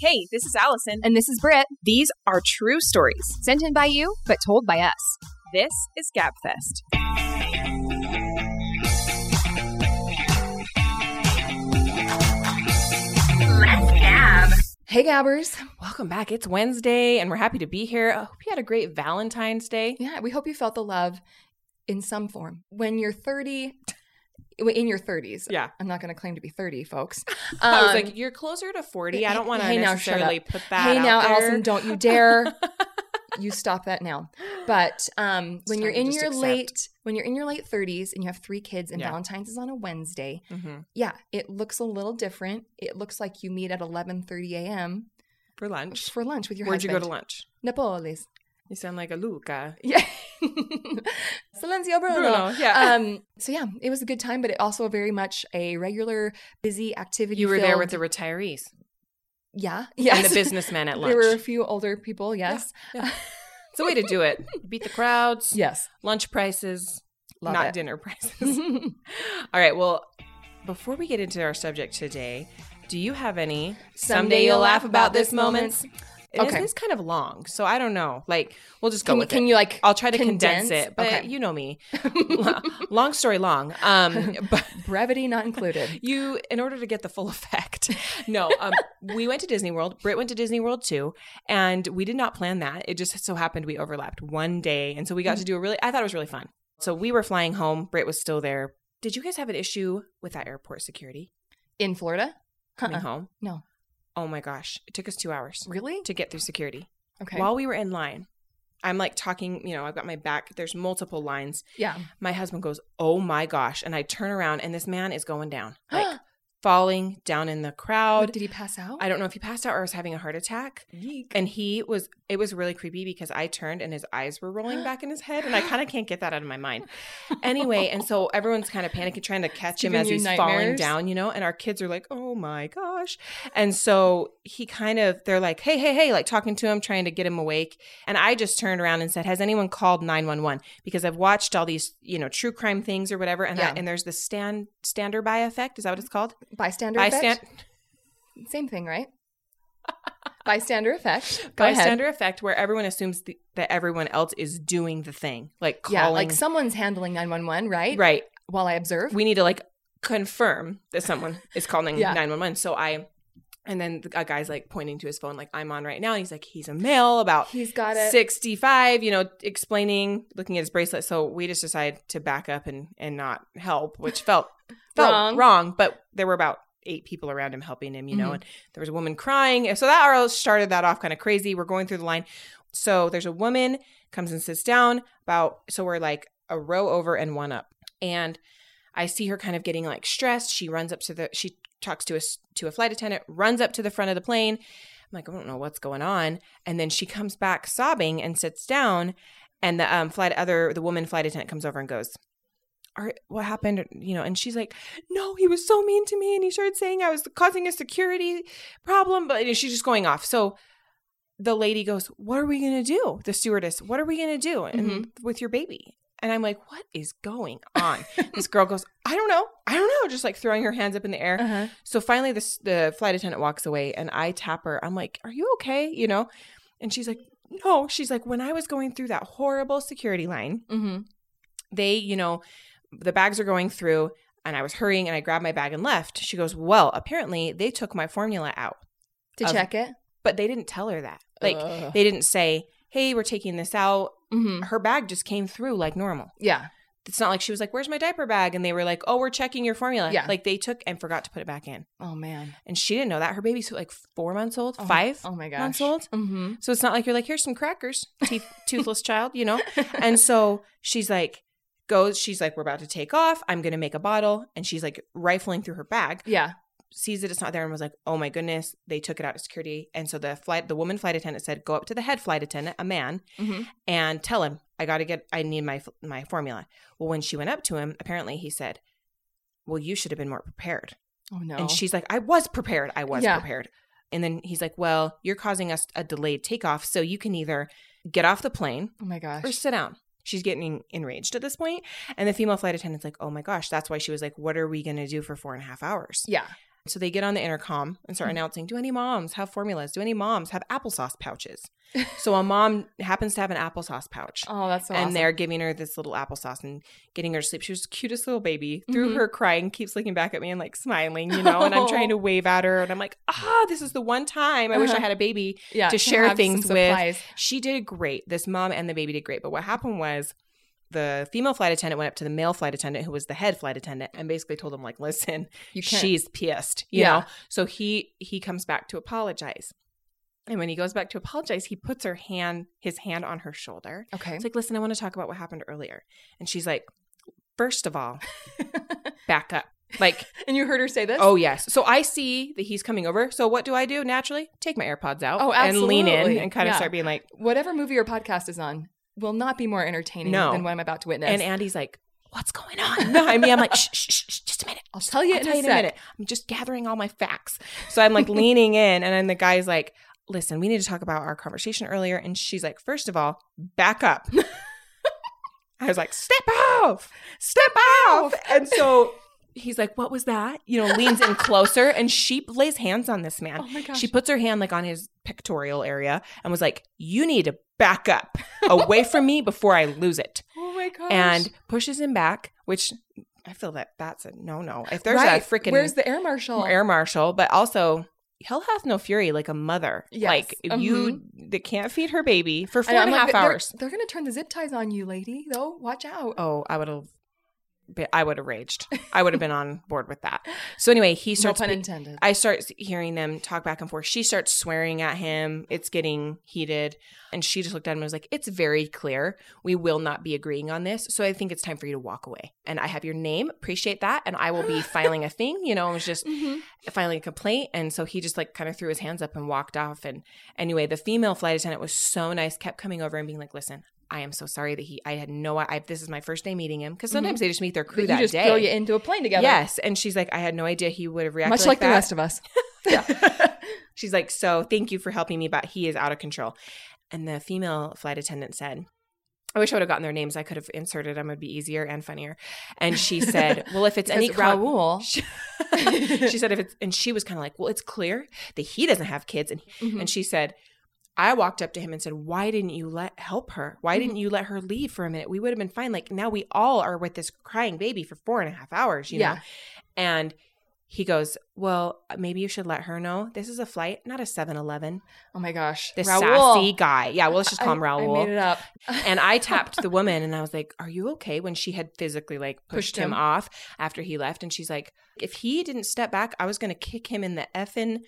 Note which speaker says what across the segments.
Speaker 1: Hey, this is Allison.
Speaker 2: And this is Britt,
Speaker 1: These are true stories.
Speaker 2: sent in by you, but told by us.
Speaker 1: This is Gabfest.
Speaker 3: Hey Gabbers, welcome back. It's Wednesday and we're happy to be here. I hope you had a great Valentine's Day.
Speaker 2: Yeah, we hope you felt the love in some form. When you're 30, in your 30s.
Speaker 3: Yeah.
Speaker 2: I'm not going to claim to be 30, folks.
Speaker 3: I was
Speaker 2: Um,
Speaker 3: like, you're closer to 40. I don't want to
Speaker 2: hey, now, shut
Speaker 3: necessarily put that
Speaker 2: hey
Speaker 3: out
Speaker 2: now,
Speaker 3: there.
Speaker 2: Allison, don't you dare. you stop that now. But um,
Speaker 3: It's
Speaker 2: when
Speaker 3: time
Speaker 2: you're
Speaker 3: to
Speaker 2: in
Speaker 3: just
Speaker 2: your
Speaker 3: accept.
Speaker 2: late when you're in your late 30s and you have three kids and
Speaker 3: Yeah.
Speaker 2: Valentine's is on a Wednesday,
Speaker 3: Mhm.
Speaker 2: yeah, it looks a little different. It looks like you meet at 11:30 a.m.
Speaker 3: For lunch.
Speaker 2: for lunch with your
Speaker 3: Where'd
Speaker 2: husband.
Speaker 3: you go to lunch?
Speaker 2: Napoles.
Speaker 3: You sound like a Luca.
Speaker 2: Yeah. Silencio Bruno.
Speaker 3: yeah.
Speaker 2: Um, so yeah, it was a good time, but it also very much a regular, busy activity.
Speaker 3: you were there with the
Speaker 2: filled-
Speaker 3: retirees
Speaker 2: yeah, yes.
Speaker 3: and the businessmen at lunch.
Speaker 2: there were a few older people. Yes,
Speaker 3: It's a way to do it. Beat the crowds,
Speaker 2: yes,
Speaker 3: lunch prices,
Speaker 2: love
Speaker 3: not
Speaker 2: it.
Speaker 3: dinner prices. All right. Well, before we get into our subject today, do you have any someday you'll laugh about this moments? And
Speaker 2: Okay.
Speaker 3: It is kind of long, so I don't know. Like, we'll just go
Speaker 2: can you,
Speaker 3: with
Speaker 2: can
Speaker 3: it.
Speaker 2: you like?
Speaker 3: I'll try to condense,
Speaker 2: condense?
Speaker 3: it, but
Speaker 2: Okay.
Speaker 3: you know me. long story long. Um, but
Speaker 2: brevity not included.
Speaker 3: you, in order to get the full effect, no. Um, we went to Disney World. Britt went to Disney World too, and we did not plan that. It just so happened we overlapped one day, and so we got
Speaker 2: Mm.
Speaker 3: to do a really. I thought it was really fun. So we were flying home. Britt was still there. Did you guys have an issue with that airport security
Speaker 2: In Florida?
Speaker 3: coming
Speaker 2: Uh-uh.
Speaker 3: home?
Speaker 2: No.
Speaker 3: Oh my gosh, it took us two hours
Speaker 2: Really?
Speaker 3: to get through security.
Speaker 2: Okay.
Speaker 3: While we were in line, I'm like talking, you know, I've got my back, there's multiple lines.
Speaker 2: yeah.
Speaker 3: My husband goes, Oh my gosh. And I turn around and this man is going down, like falling down in the
Speaker 2: What,
Speaker 3: crowd.
Speaker 2: did he pass out?
Speaker 3: I don't know if he passed out or was having a heart attack. And he was, it was really creepy because I turned and his eyes were rolling back in his head. And I kind of can't get that out of my mind. Anyway, and so everyone's kind of panicking, trying to catch him
Speaker 2: giving
Speaker 3: as
Speaker 2: you
Speaker 3: he's falling
Speaker 2: nightmares?
Speaker 3: down, you know? And our kids are like, oh my gosh. And so he kind of, they're like, hey, hey, hey, like talking to him, trying to get him awake. And I just turned around and said, has anyone called 911? Because I've watched all these, you know, true crime things or whatever. And,
Speaker 2: Yeah.
Speaker 3: I, and there's the stand, stander by effect. Is that what it's called?
Speaker 2: Bystander
Speaker 3: Bystand-
Speaker 2: effect. Same thing, right? Bystander effect. Go ahead.
Speaker 3: bystander effect where everyone assumes th- that everyone else is doing the thing, like calling.
Speaker 2: Yeah, like someone's handling 911, right?
Speaker 3: right.
Speaker 2: While I observe.
Speaker 3: We need to like confirm that someone is calling
Speaker 2: Yeah.
Speaker 3: 911. So I, and then the- a guy's like pointing to his phone, like I'm on right now. And he's like, he's a male about
Speaker 2: He's got a
Speaker 3: 65, you know, explaining, looking at his bracelet. So we just decided to back up and, and not help, which felt, felt
Speaker 2: Wrong.
Speaker 3: wrong. but there were about eight people around him helping him, you know,
Speaker 2: Mhm.
Speaker 3: and there was a woman crying. So that all started that off kind of crazy. We're going through the line. So there's a woman comes and sits down about, so we're like a row over and one up. And I see her kind of getting like stressed. She runs up to the, she talks to a, s- to a flight attendant, runs up to the front of the plane. I'm like, I don't know what's going on. And then she comes back sobbing and sits down. And the um, flight other the woman flight attendant comes over and goes, "Are what happened?" You know, and she's like, "No, he was so mean to me, and he started saying I was causing a security problem." But and she's just going off. So the lady goes, "What are we gonna do?" The stewardess, "What are we gonna do?" And with your baby. And I'm like, what is going on? this girl goes, I don't know. I don't know. Just like throwing her hands up in the air.
Speaker 2: Uh-huh.
Speaker 3: So finally, this the flight attendant walks away, and I tap her. I'm like, "Are you okay?" You know, and she's like, "No." She's like, "When I was going through that horrible security line,
Speaker 2: Mm-hmm.
Speaker 3: they, you know, the bags are going through, and I was hurrying, and I grabbed my bag and left." She goes, "Well, apparently they took my formula out,
Speaker 2: To
Speaker 3: Of-
Speaker 2: check it.
Speaker 3: but they didn't tell her that. Like,
Speaker 2: Ugh.
Speaker 3: they didn't say." Hey, we're taking this out.
Speaker 2: Mhm.
Speaker 3: Her bag just came through like normal.
Speaker 2: Yeah.
Speaker 3: It's not like she was like, Where's my diaper bag? And they were like, Oh, we're checking your formula.
Speaker 2: Yeah.
Speaker 3: Like they took and forgot to put it back in.
Speaker 2: Oh man.
Speaker 3: And she didn't know that. Her baby's like four months old,
Speaker 2: Oh,
Speaker 3: five.
Speaker 2: Oh my gosh.
Speaker 3: months old.
Speaker 2: Mm-hmm.
Speaker 3: So it's not like you're like, here's some crackers, teeth, toothless child, you know? And so she's like, goes, she's like, we're about to take off. I'm going to make a bottle. And she's like rifling through her bag,
Speaker 2: yeah.
Speaker 3: sees that it's not there and was like, oh my goodness, they took it out of security. And so the flight, the woman flight attendant said, go up to the head flight attendant, a man,
Speaker 2: Mhm.
Speaker 3: and tell him, I got to get, I need my, my formula. Well, when she went up to him, apparently he said, well, you should have been more prepared.
Speaker 2: Oh no.
Speaker 3: And she's like, I was prepared. I was
Speaker 2: Yeah.
Speaker 3: prepared. And then he's like, Well, you're causing us a delayed takeoff. So you can either get off the plane
Speaker 2: oh my gosh.
Speaker 3: or sit down. She's getting enraged at this point. And the female flight attendant's like, Oh my gosh, that's why she was like, What are we going to do for four and a half hours?
Speaker 2: yeah. Hmm.
Speaker 3: So they get on the intercom and start announcing do any moms have formulas? Do any moms have applesauce pouches? so a mom happens to have an applesauce pouch.
Speaker 2: Oh, that's so
Speaker 3: and
Speaker 2: awesome.
Speaker 3: they're giving her this little applesauce and getting her to sleep. She was the cutest little baby. Through
Speaker 2: Mhm.
Speaker 3: her crying, keeps looking back at me and like smiling, you know. And I'm trying to wave at her, and I'm like, ah, this is the one time I wish I
Speaker 2: Uh-huh.
Speaker 3: had a baby.
Speaker 2: yeah,
Speaker 3: to share
Speaker 2: have some
Speaker 3: things with-
Speaker 2: supplies.
Speaker 3: She did great. This mom and the baby did great. But what happened was the female flight attendant went up to the male flight attendant, who was the head flight attendant, and basically told him like, listen,
Speaker 2: You can't.
Speaker 3: she's pissed, you
Speaker 2: Yeah.
Speaker 3: know. So he he comes back to apologize. And when he goes back to apologize, he puts her hand, his hand on her shoulder.
Speaker 2: okay.
Speaker 3: It's like, listen, I want to talk about what happened earlier. And she's like, first of all, back up. Like,
Speaker 2: and you heard her say this?
Speaker 3: oh, yes. So I see that he's coming over. So what do I do naturally? Take my AirPods out
Speaker 2: Oh,
Speaker 3: and lean in
Speaker 2: absolutely.
Speaker 3: and kind of
Speaker 2: Yeah.
Speaker 3: start being like,
Speaker 2: whatever movie or podcast is on will not be more entertaining
Speaker 3: No.
Speaker 2: than what I'm about to witness.
Speaker 3: and Andy's like, what's going on? I mean, I'm like, shh, shh, shh, shh, just a minute.
Speaker 2: I'll tell you
Speaker 3: I'll
Speaker 2: in
Speaker 3: tell
Speaker 2: a
Speaker 3: you in a
Speaker 2: sec.
Speaker 3: minute. I'm just gathering all my facts. So I'm like leaning in, and then the guy's like, listen, we need to talk about our conversation earlier. And she's like, first of all, back up. I was like, step off, step off. And so he's like, what was that? You know, leans in closer, and she lays hands on this man.
Speaker 2: Oh my gosh.
Speaker 3: She puts her hand like on his pectoral area and was like, you need to back up away from me before I lose it
Speaker 2: oh my gosh.
Speaker 3: and pushes him back, which I feel that that's a no no. If there's
Speaker 2: Right.
Speaker 3: a freaking
Speaker 2: Where's the air marshal?
Speaker 3: air marshal, but also hell hath no fury like a mother.
Speaker 2: Yes. Mm-hmm.
Speaker 3: Like you that can't feed her baby for
Speaker 2: I
Speaker 3: four
Speaker 2: know, I'm
Speaker 3: and a half
Speaker 2: like, they're-
Speaker 3: hours.
Speaker 2: They're, going to turn the zip ties on you, lady, though. Watch out.
Speaker 3: Oh, I would have. I would have raged. I would have been on board with that. So anyway, he
Speaker 2: no
Speaker 3: starts.
Speaker 2: pun
Speaker 3: be-
Speaker 2: intended.
Speaker 3: I start hearing them talk back and forth. She starts swearing at him. It's getting heated, and she just looked at him and was like, "It's very clear we will not be agreeing on this. So I think it's time for you to walk away. And I have your name. Appreciate that. And I will be filing a thing. You know, it was just
Speaker 2: Mhm.
Speaker 3: filing a complaint. And so he just like kind of threw his hands up and walked off. And anyway, the female flight attendant was so nice, kept coming over and being like, "Listen." I am so sorry that he. I had no. I this is my first day meeting him because sometimes they just meet their
Speaker 2: Mm-hmm. But
Speaker 3: crew
Speaker 2: you
Speaker 3: that
Speaker 2: just
Speaker 3: day.
Speaker 2: throw you into a plane together.
Speaker 3: Yes, and she's like, I had no idea he would have reacted
Speaker 2: Much like, the
Speaker 3: that.
Speaker 2: rest of us.
Speaker 3: She's like, So thank you for helping me, but he is out of control. And the female flight attendant said, I wish I would have gotten their names. I could have inserted them, it would be easier and funnier. And she said, Well, if it's any
Speaker 2: Because
Speaker 3: con-
Speaker 2: Raoul.
Speaker 3: She, she said, If it's, and she was kind of like, Well, it's clear that he doesn't have kids. And,
Speaker 2: Mhm.
Speaker 3: and she said, I walked up to him and said, Why didn't you let help her? Why didn't you let her leave for a minute? We would have been fine. Like now we all are with this crying baby for four and a half hours, you know?
Speaker 2: yeah.
Speaker 3: And he goes, Well, uh, maybe you should let her know. This is a flight, not a 7 Eleven.
Speaker 2: Oh my gosh.
Speaker 3: This
Speaker 2: Raoul.
Speaker 3: sassy guy. Yeah, well, let's just call him
Speaker 2: I-
Speaker 3: Raoul.
Speaker 2: I made it up.
Speaker 3: and I tapped the woman and I was like, Are you okay? When she had physically like pushed,
Speaker 2: Pushed
Speaker 3: him.
Speaker 2: him.
Speaker 3: off after he left. And she's like, If he didn't step back, I was going to kick him in the effing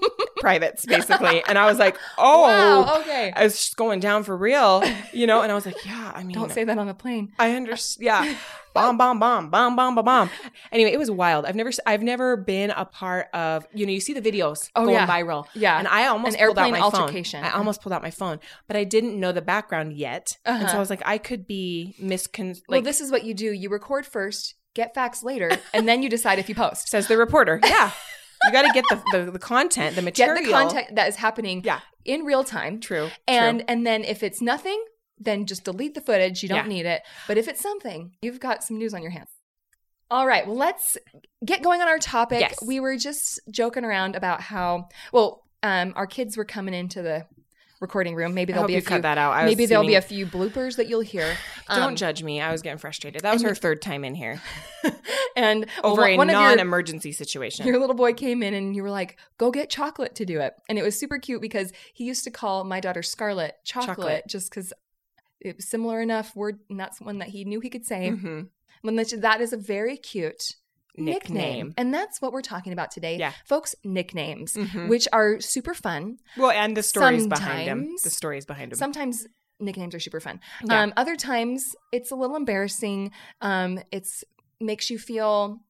Speaker 3: privates, basically. And I was like, Oh,
Speaker 2: Wow, okay.
Speaker 3: I was just going down for real, you know? And I was like, Yeah, I mean,
Speaker 2: Don't say that on the plane.
Speaker 3: I understand. Yeah. bomb, bomb, bomb, bomb, bomb, bomb, bomb. Anyway, it was wild. I've never, s- I've never been a part of, you know, you see the videos
Speaker 2: Oh,
Speaker 3: going
Speaker 2: yeah.
Speaker 3: viral.
Speaker 2: Yeah.
Speaker 3: And I almost
Speaker 2: An
Speaker 3: pulled out
Speaker 2: airplane
Speaker 3: my
Speaker 2: altercation. Uh-huh.
Speaker 3: phone. I almost pulled out my phone, but I didn't know the background yet. And so
Speaker 2: Uh-huh.
Speaker 3: I was like, I could be miscon, like,
Speaker 2: well, this is what you do. You record first, get facts later, and then you decide if you post.
Speaker 3: says the reporter. Yeah. you got to get the, the, the content, the
Speaker 2: Get
Speaker 3: material.
Speaker 2: the content that is happening
Speaker 3: Yeah.
Speaker 2: in real time.
Speaker 3: True.
Speaker 2: And
Speaker 3: true.
Speaker 2: and then if it's nothing, then just delete the footage. You don't
Speaker 3: Yeah.
Speaker 2: need it. But if it's something, you've got some news on your hands. All right, well, let's get going on our topic.
Speaker 3: Yes.
Speaker 2: We were just joking around about how well um, our kids were coming into the recording room. Maybe
Speaker 3: I
Speaker 2: there'll
Speaker 3: hope
Speaker 2: be
Speaker 3: you
Speaker 2: a few.
Speaker 3: cut that out. I was
Speaker 2: Maybe there'll be a
Speaker 3: seeming-
Speaker 2: few bloopers that you'll hear.
Speaker 3: Don't
Speaker 2: Um,
Speaker 3: judge me. I was getting frustrated. That was her third time in here
Speaker 2: and
Speaker 3: over
Speaker 2: one,
Speaker 3: a
Speaker 2: Oh, one of your-
Speaker 3: non-emergency situation.
Speaker 2: Your little boy came in and you were like, go get chocolate to do it. And it was super cute because he used to call my daughter Scarlet chocolate,
Speaker 3: Chocolate.
Speaker 2: just because it was similar enough word. And that's one that he knew he could say.
Speaker 3: Mhm.
Speaker 2: When that's- that is a very cute nickname.
Speaker 3: nickname.
Speaker 2: And that's what we're talking about today.
Speaker 3: Yeah.
Speaker 2: Folks, nicknames,
Speaker 3: Mhm.
Speaker 2: which are super fun.
Speaker 3: Well, and the stories behind him.
Speaker 2: Sometimes-
Speaker 3: The stories behind him.
Speaker 2: Sometimes nicknames are super fun.
Speaker 3: Yeah.
Speaker 2: Um, other times it's a little embarrassing. Um, it's makes you feel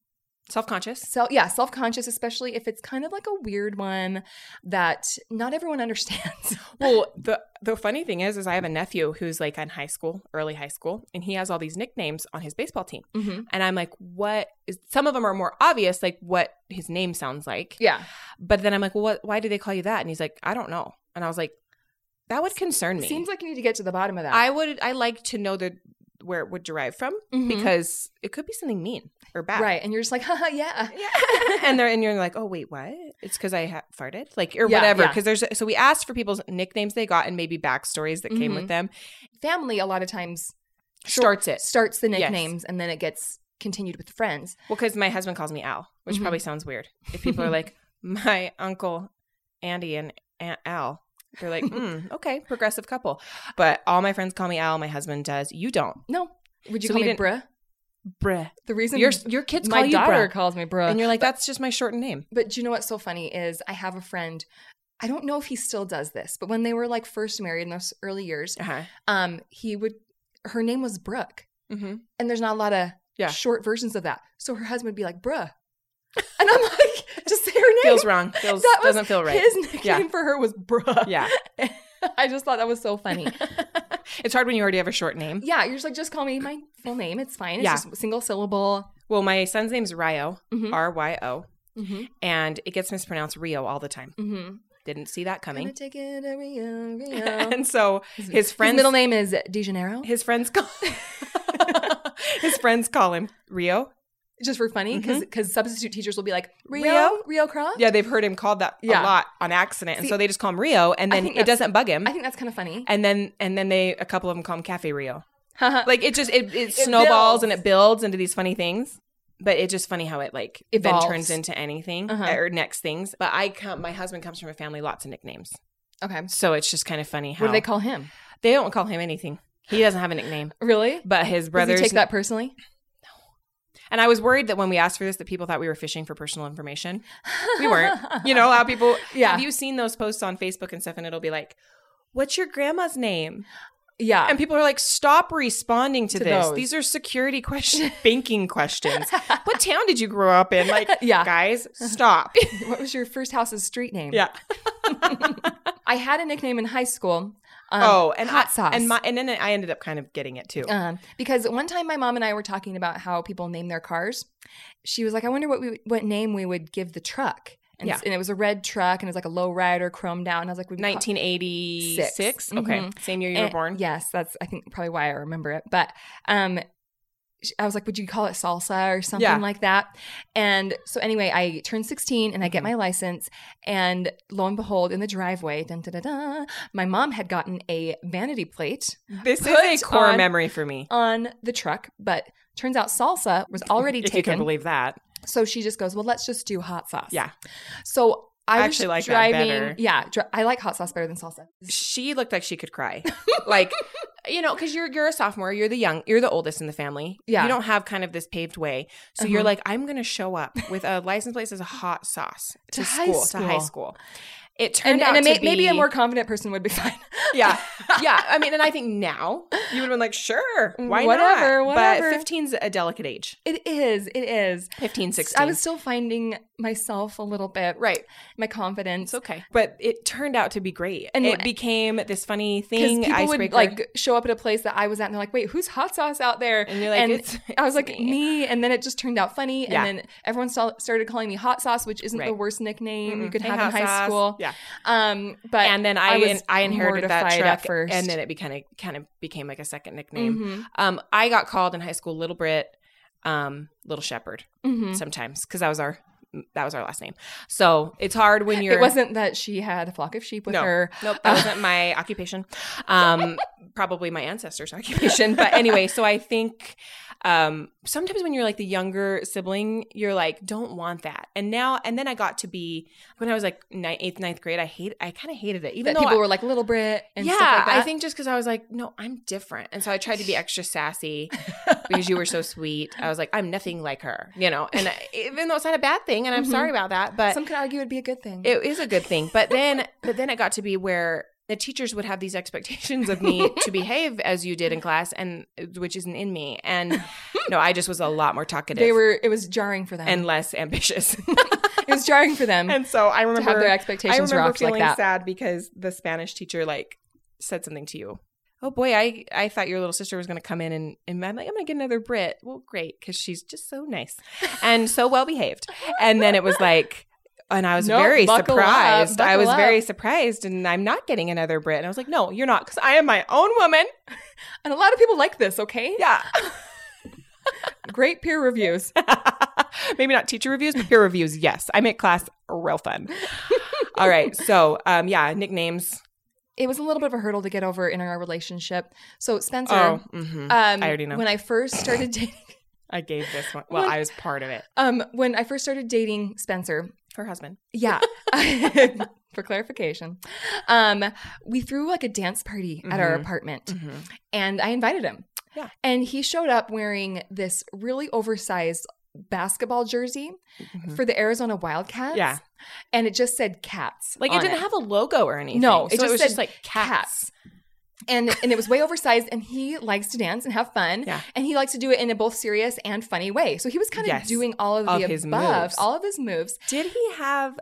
Speaker 3: Self-conscious.
Speaker 2: self yeah self-conscious especially if it's kind of like a weird one that not everyone understands
Speaker 3: Well, the the funny thing is, is I have a nephew who's like in high school, early high school, and he has all these nicknames on his baseball team.
Speaker 2: mm-hmm.
Speaker 3: And I'm like, what is? Some of them are more obvious, like what his name sounds like.
Speaker 2: yeah
Speaker 3: But then I'm like, well, what, why do they call you that? And he's like, I don't know. And I was like, that would concern me.
Speaker 2: seems like you need to get to the bottom of that
Speaker 3: I would. I like to know the where it would derive from
Speaker 2: Mhm.
Speaker 3: because it could be something mean or bad.
Speaker 2: right, and you're just like, haha, yeah,
Speaker 3: Yeah. and they're and you're like, oh wait, what? It's because I ha- farted, like or
Speaker 2: Yeah,
Speaker 3: whatever.
Speaker 2: yeah.
Speaker 3: Because there's so we asked for people's nicknames they got and maybe backstories that
Speaker 2: Mm-hmm.
Speaker 3: came with them.
Speaker 2: family. A lot of times Sure.
Speaker 3: Starts it
Speaker 2: starts the
Speaker 3: Yes.
Speaker 2: nicknames, and then it gets continued with friends.
Speaker 3: well because my husband calls me Al, which
Speaker 2: Mhm.
Speaker 3: probably sounds weird if people are like my uncle Andy and Aunt Al. They're like, mm, okay, progressive couple. But all my friends call me Al. My husband does. You don't,
Speaker 2: No, would you
Speaker 3: So
Speaker 2: call
Speaker 3: we
Speaker 2: me
Speaker 3: didn't-
Speaker 2: bruh?
Speaker 3: bruh.
Speaker 2: The reason
Speaker 3: Your your kids
Speaker 2: my
Speaker 3: call you
Speaker 2: daughter
Speaker 3: bruh,
Speaker 2: calls me bruh,
Speaker 3: and you're like, that's just my shortened name.
Speaker 2: But do you know what's so funny is I have a friend. I don't know if he still does this, but when they were like first married in those early years,
Speaker 3: Uh-huh.
Speaker 2: um, he would. Her name was Brooke,
Speaker 3: Mm-hmm.
Speaker 2: and there's not a lot of
Speaker 3: Yeah.
Speaker 2: short versions of that. So her husband would be like, "Bruh," and I'm like, "Just say her name."
Speaker 3: Feels wrong. Feels
Speaker 2: That was
Speaker 3: doesn't feel right.
Speaker 2: His nickname
Speaker 3: Yeah.
Speaker 2: for her was Bruh.
Speaker 3: yeah,
Speaker 2: I just thought that was so funny.
Speaker 3: it's hard when you already have a short name.
Speaker 2: yeah, you're just like, just call me my full name. It's fine. It's
Speaker 3: Yeah.
Speaker 2: just single syllable.
Speaker 3: Well, my son's name's Ryo,
Speaker 2: Mhm.
Speaker 3: R Y O,
Speaker 2: Mm-hmm.
Speaker 3: and it gets mispronounced Rio all the time.
Speaker 2: Mm-hmm.
Speaker 3: Didn't see that
Speaker 2: Gonna
Speaker 3: coming.
Speaker 2: take it to Rio, Rio.
Speaker 3: and so his
Speaker 2: His
Speaker 3: friends,
Speaker 2: middle name is De Janeiro.
Speaker 3: his friends call, his friends call him Rio.
Speaker 2: just for funny because substitute teachers will be like Rio Rio,
Speaker 3: Mm-hmm. Rio?
Speaker 2: Croft.
Speaker 3: Yeah, they've heard him called that a
Speaker 2: Yeah.
Speaker 3: lot on accident, and
Speaker 2: See,
Speaker 3: so they just call him Rio, and
Speaker 2: I
Speaker 3: then
Speaker 2: think
Speaker 3: it
Speaker 2: that's-
Speaker 3: doesn't bug him.
Speaker 2: I think that's kind of funny.
Speaker 3: and then and then they a couple of them call him Cafe Rio.
Speaker 2: like
Speaker 3: Like it just it, it, snowballs
Speaker 2: builds.
Speaker 3: and it builds into these funny things. But it's just funny how it like
Speaker 2: Evolves.
Speaker 3: then turns into anything
Speaker 2: Uh-huh.
Speaker 3: or next things. But I come, my husband comes from a family lots of nicknames.
Speaker 2: okay,
Speaker 3: So it's just kind of funny how
Speaker 2: what do they call him?
Speaker 3: They don't call him anything. He doesn't have a nickname.
Speaker 2: Really?
Speaker 3: But his
Speaker 2: Brothers
Speaker 3: brothers
Speaker 2: take that personally?
Speaker 3: and I was worried that when we asked for this that people thought we were fishing for personal information. We weren't. you know how people
Speaker 2: Yeah.
Speaker 3: have you seen those posts on Facebook and stuff and it'll be like, What's your grandma's name?
Speaker 2: yeah.
Speaker 3: And people are like, Stop responding to,
Speaker 2: To
Speaker 3: this.
Speaker 2: those.
Speaker 3: These are security questions banking questions. what town did you grow up in? Like
Speaker 2: Yeah.
Speaker 3: guys, stop.
Speaker 2: what was your first house's street name?
Speaker 3: yeah.
Speaker 2: I had a nickname in high school. Um,
Speaker 3: oh, and
Speaker 2: hot
Speaker 3: I,
Speaker 2: sauce.
Speaker 3: And my and then I ended up kind of getting it too.
Speaker 2: um, because one time my mom and I were talking about how people name their cars. She was like, "I wonder what we what name we would give the truck." And,
Speaker 3: Yeah.
Speaker 2: s- and it was a red truck, and it was like a low rider, chromed out. And I was like, "We'd call-
Speaker 3: 1986.
Speaker 2: Six.
Speaker 3: Okay.
Speaker 2: Mhm.
Speaker 3: Same year you were
Speaker 2: And-
Speaker 3: born.
Speaker 2: Yes, that's I think probably why I remember it. But um sh- I was like, would you call it salsa or something
Speaker 3: Yeah.
Speaker 2: like that? And so anyway, I turned 16 and I
Speaker 3: Mm-hmm.
Speaker 2: get my license. And lo and behold, in the driveway, dun, dun, dun, dun, my mom had gotten a vanity plate
Speaker 3: This
Speaker 2: put
Speaker 3: is a core
Speaker 2: on-
Speaker 3: memory for me.
Speaker 2: on the truck, but turns out salsa was already
Speaker 3: if you can
Speaker 2: taken.
Speaker 3: believe that.
Speaker 2: so she just goes, well, let's just do hot sauce.
Speaker 3: Yeah.
Speaker 2: So I
Speaker 3: I
Speaker 2: was
Speaker 3: actually like that
Speaker 2: driving.
Speaker 3: better.
Speaker 2: Yeah, dri- I like hot sauce better than salsa.
Speaker 3: She looked like she could cry. like, you know, because you're you're a sophomore, you're the young, you're the oldest in the family.
Speaker 2: Yeah. Uh-huh.
Speaker 3: You don't have kind of this paved way. So you're like, I'm gonna show up with a license plate as a hot sauce to,
Speaker 2: To high
Speaker 3: school, to high
Speaker 2: school.
Speaker 3: school. It turned
Speaker 2: And, and
Speaker 3: out
Speaker 2: a
Speaker 3: to
Speaker 2: ma- maybe a
Speaker 3: be-
Speaker 2: more confident person would be fine.
Speaker 3: yeah yeah I mean and I think now you would have been like sure why
Speaker 2: Mm, Whatever,
Speaker 3: not
Speaker 2: whatever.
Speaker 3: but 15's a delicate age
Speaker 2: It is. It is.
Speaker 3: 15 16
Speaker 2: I was still finding myself a little bit,
Speaker 3: right
Speaker 2: my
Speaker 3: It's
Speaker 2: confidence.
Speaker 3: okay. But it turned out to be great. And
Speaker 2: And-
Speaker 3: it became this funny
Speaker 2: Because
Speaker 3: thing.
Speaker 2: people would
Speaker 3: icebreaker.
Speaker 2: like show up at a place that I was at, and they're like, "Wait, who's hot sauce out there?"
Speaker 3: and you're like,
Speaker 2: and
Speaker 3: it's,
Speaker 2: I was
Speaker 3: it's
Speaker 2: like, me. and then it just turned out funny,
Speaker 3: Yeah.
Speaker 2: and then everyone sta- started calling me hot sauce, which isn't the
Speaker 3: Right.
Speaker 2: worst nickname you
Speaker 3: Mm-mm.
Speaker 2: could
Speaker 3: Hey,
Speaker 2: have
Speaker 3: hot
Speaker 2: in high
Speaker 3: sauce.
Speaker 2: school.
Speaker 3: Yeah.
Speaker 2: Um, but
Speaker 3: And then I,
Speaker 2: I was
Speaker 3: in- I inherited that
Speaker 2: mortified at
Speaker 3: truck
Speaker 2: first.
Speaker 3: and then it be kind of kind of became like a second nickname.
Speaker 2: Mhm,
Speaker 3: Um, I got called in high school Little Brit, um, Little Shepherd
Speaker 2: mhm.
Speaker 3: sometimes because that was our that was our last name. So it's hard when you're
Speaker 2: it wasn't that she had a flock of sheep with
Speaker 3: No.
Speaker 2: her.
Speaker 3: Nope, that wasn't my occupation. Um, probably my ancestors' occupation. But anyway, so I think um, sometimes when you're like the younger sibling, you're like, don't want that. And now, and then I got to be when I was like ni- eighth, ninth grade. I hate, I kind of hated it. Even
Speaker 2: that
Speaker 3: though
Speaker 2: people
Speaker 3: I,
Speaker 2: were like little Brit and
Speaker 3: yeah,
Speaker 2: stuff like that.
Speaker 3: I think just because I was like, no, I'm different, and so I tried to be extra sassy because you were so sweet. I was like, I'm nothing like her, you know. And I, even though it's not a bad thing, and I'm
Speaker 2: Mhm.
Speaker 3: sorry about that, but
Speaker 2: some could argue it'd be a good thing.
Speaker 3: it is a good thing but then but then it got to be where the teachers would have these expectations of me to behave as you did in class and which isn't in me and no i just was a lot more talkative
Speaker 2: they were. It was jarring for them.
Speaker 3: and less ambitious
Speaker 2: it was jarring for them.
Speaker 3: and so i
Speaker 2: to
Speaker 3: remember
Speaker 2: have their
Speaker 3: i
Speaker 2: expectations
Speaker 3: remember
Speaker 2: rocked
Speaker 3: feeling
Speaker 2: like that.
Speaker 3: sad because the spanish teacher like said something to you oh boy i i thought your little sister was going to come in and, and i'm like i'm going to get another brit well great because she's just so nice and so well behaved and then it was like And I was
Speaker 2: Nope,
Speaker 3: very
Speaker 2: buckle up,
Speaker 3: surprised. I was
Speaker 2: buckle
Speaker 3: very
Speaker 2: up.
Speaker 3: surprised, and I'm not getting another Brit. And I was like, no, you're not, because I am my own woman.
Speaker 2: And a lot of people like this, okay?
Speaker 3: Yeah.
Speaker 2: Great peer reviews.
Speaker 3: Maybe not teacher reviews, but peer reviews. Yes. I make class real fun. All right. So, um, yeah, nicknames.
Speaker 2: It was a little bit of a hurdle to get over in our relationship. So Spencer,
Speaker 3: Oh, mhm.
Speaker 2: um,
Speaker 3: I already know.
Speaker 2: when I first started dating,
Speaker 3: I gave this one. Well,
Speaker 2: when-
Speaker 3: I was part of it.
Speaker 2: um, when I first started dating Spencer,
Speaker 3: Her husband.
Speaker 2: yeah, for clarification, um, we threw like a dance party at our
Speaker 3: Mhm.
Speaker 2: apartment, and I invited him.
Speaker 3: Yeah.
Speaker 2: And he showed up wearing this really oversized basketball jersey
Speaker 3: Mhm.
Speaker 2: for the Arizona Wildcats.
Speaker 3: Yeah.
Speaker 2: And it just said cats.
Speaker 3: Like
Speaker 2: on
Speaker 3: it didn't have a logo or anything.
Speaker 2: No,
Speaker 3: so
Speaker 2: it
Speaker 3: it,
Speaker 2: just
Speaker 3: was
Speaker 2: said
Speaker 3: just like cats.
Speaker 2: and and it was way oversized and he likes to dance and have fun
Speaker 3: Yeah.
Speaker 2: and he likes to do it in a both serious and funny way so he was kind of
Speaker 3: Yes.
Speaker 2: doing all of,
Speaker 3: Of
Speaker 2: the
Speaker 3: his
Speaker 2: above
Speaker 3: moves.
Speaker 2: all of his moves
Speaker 3: Did he have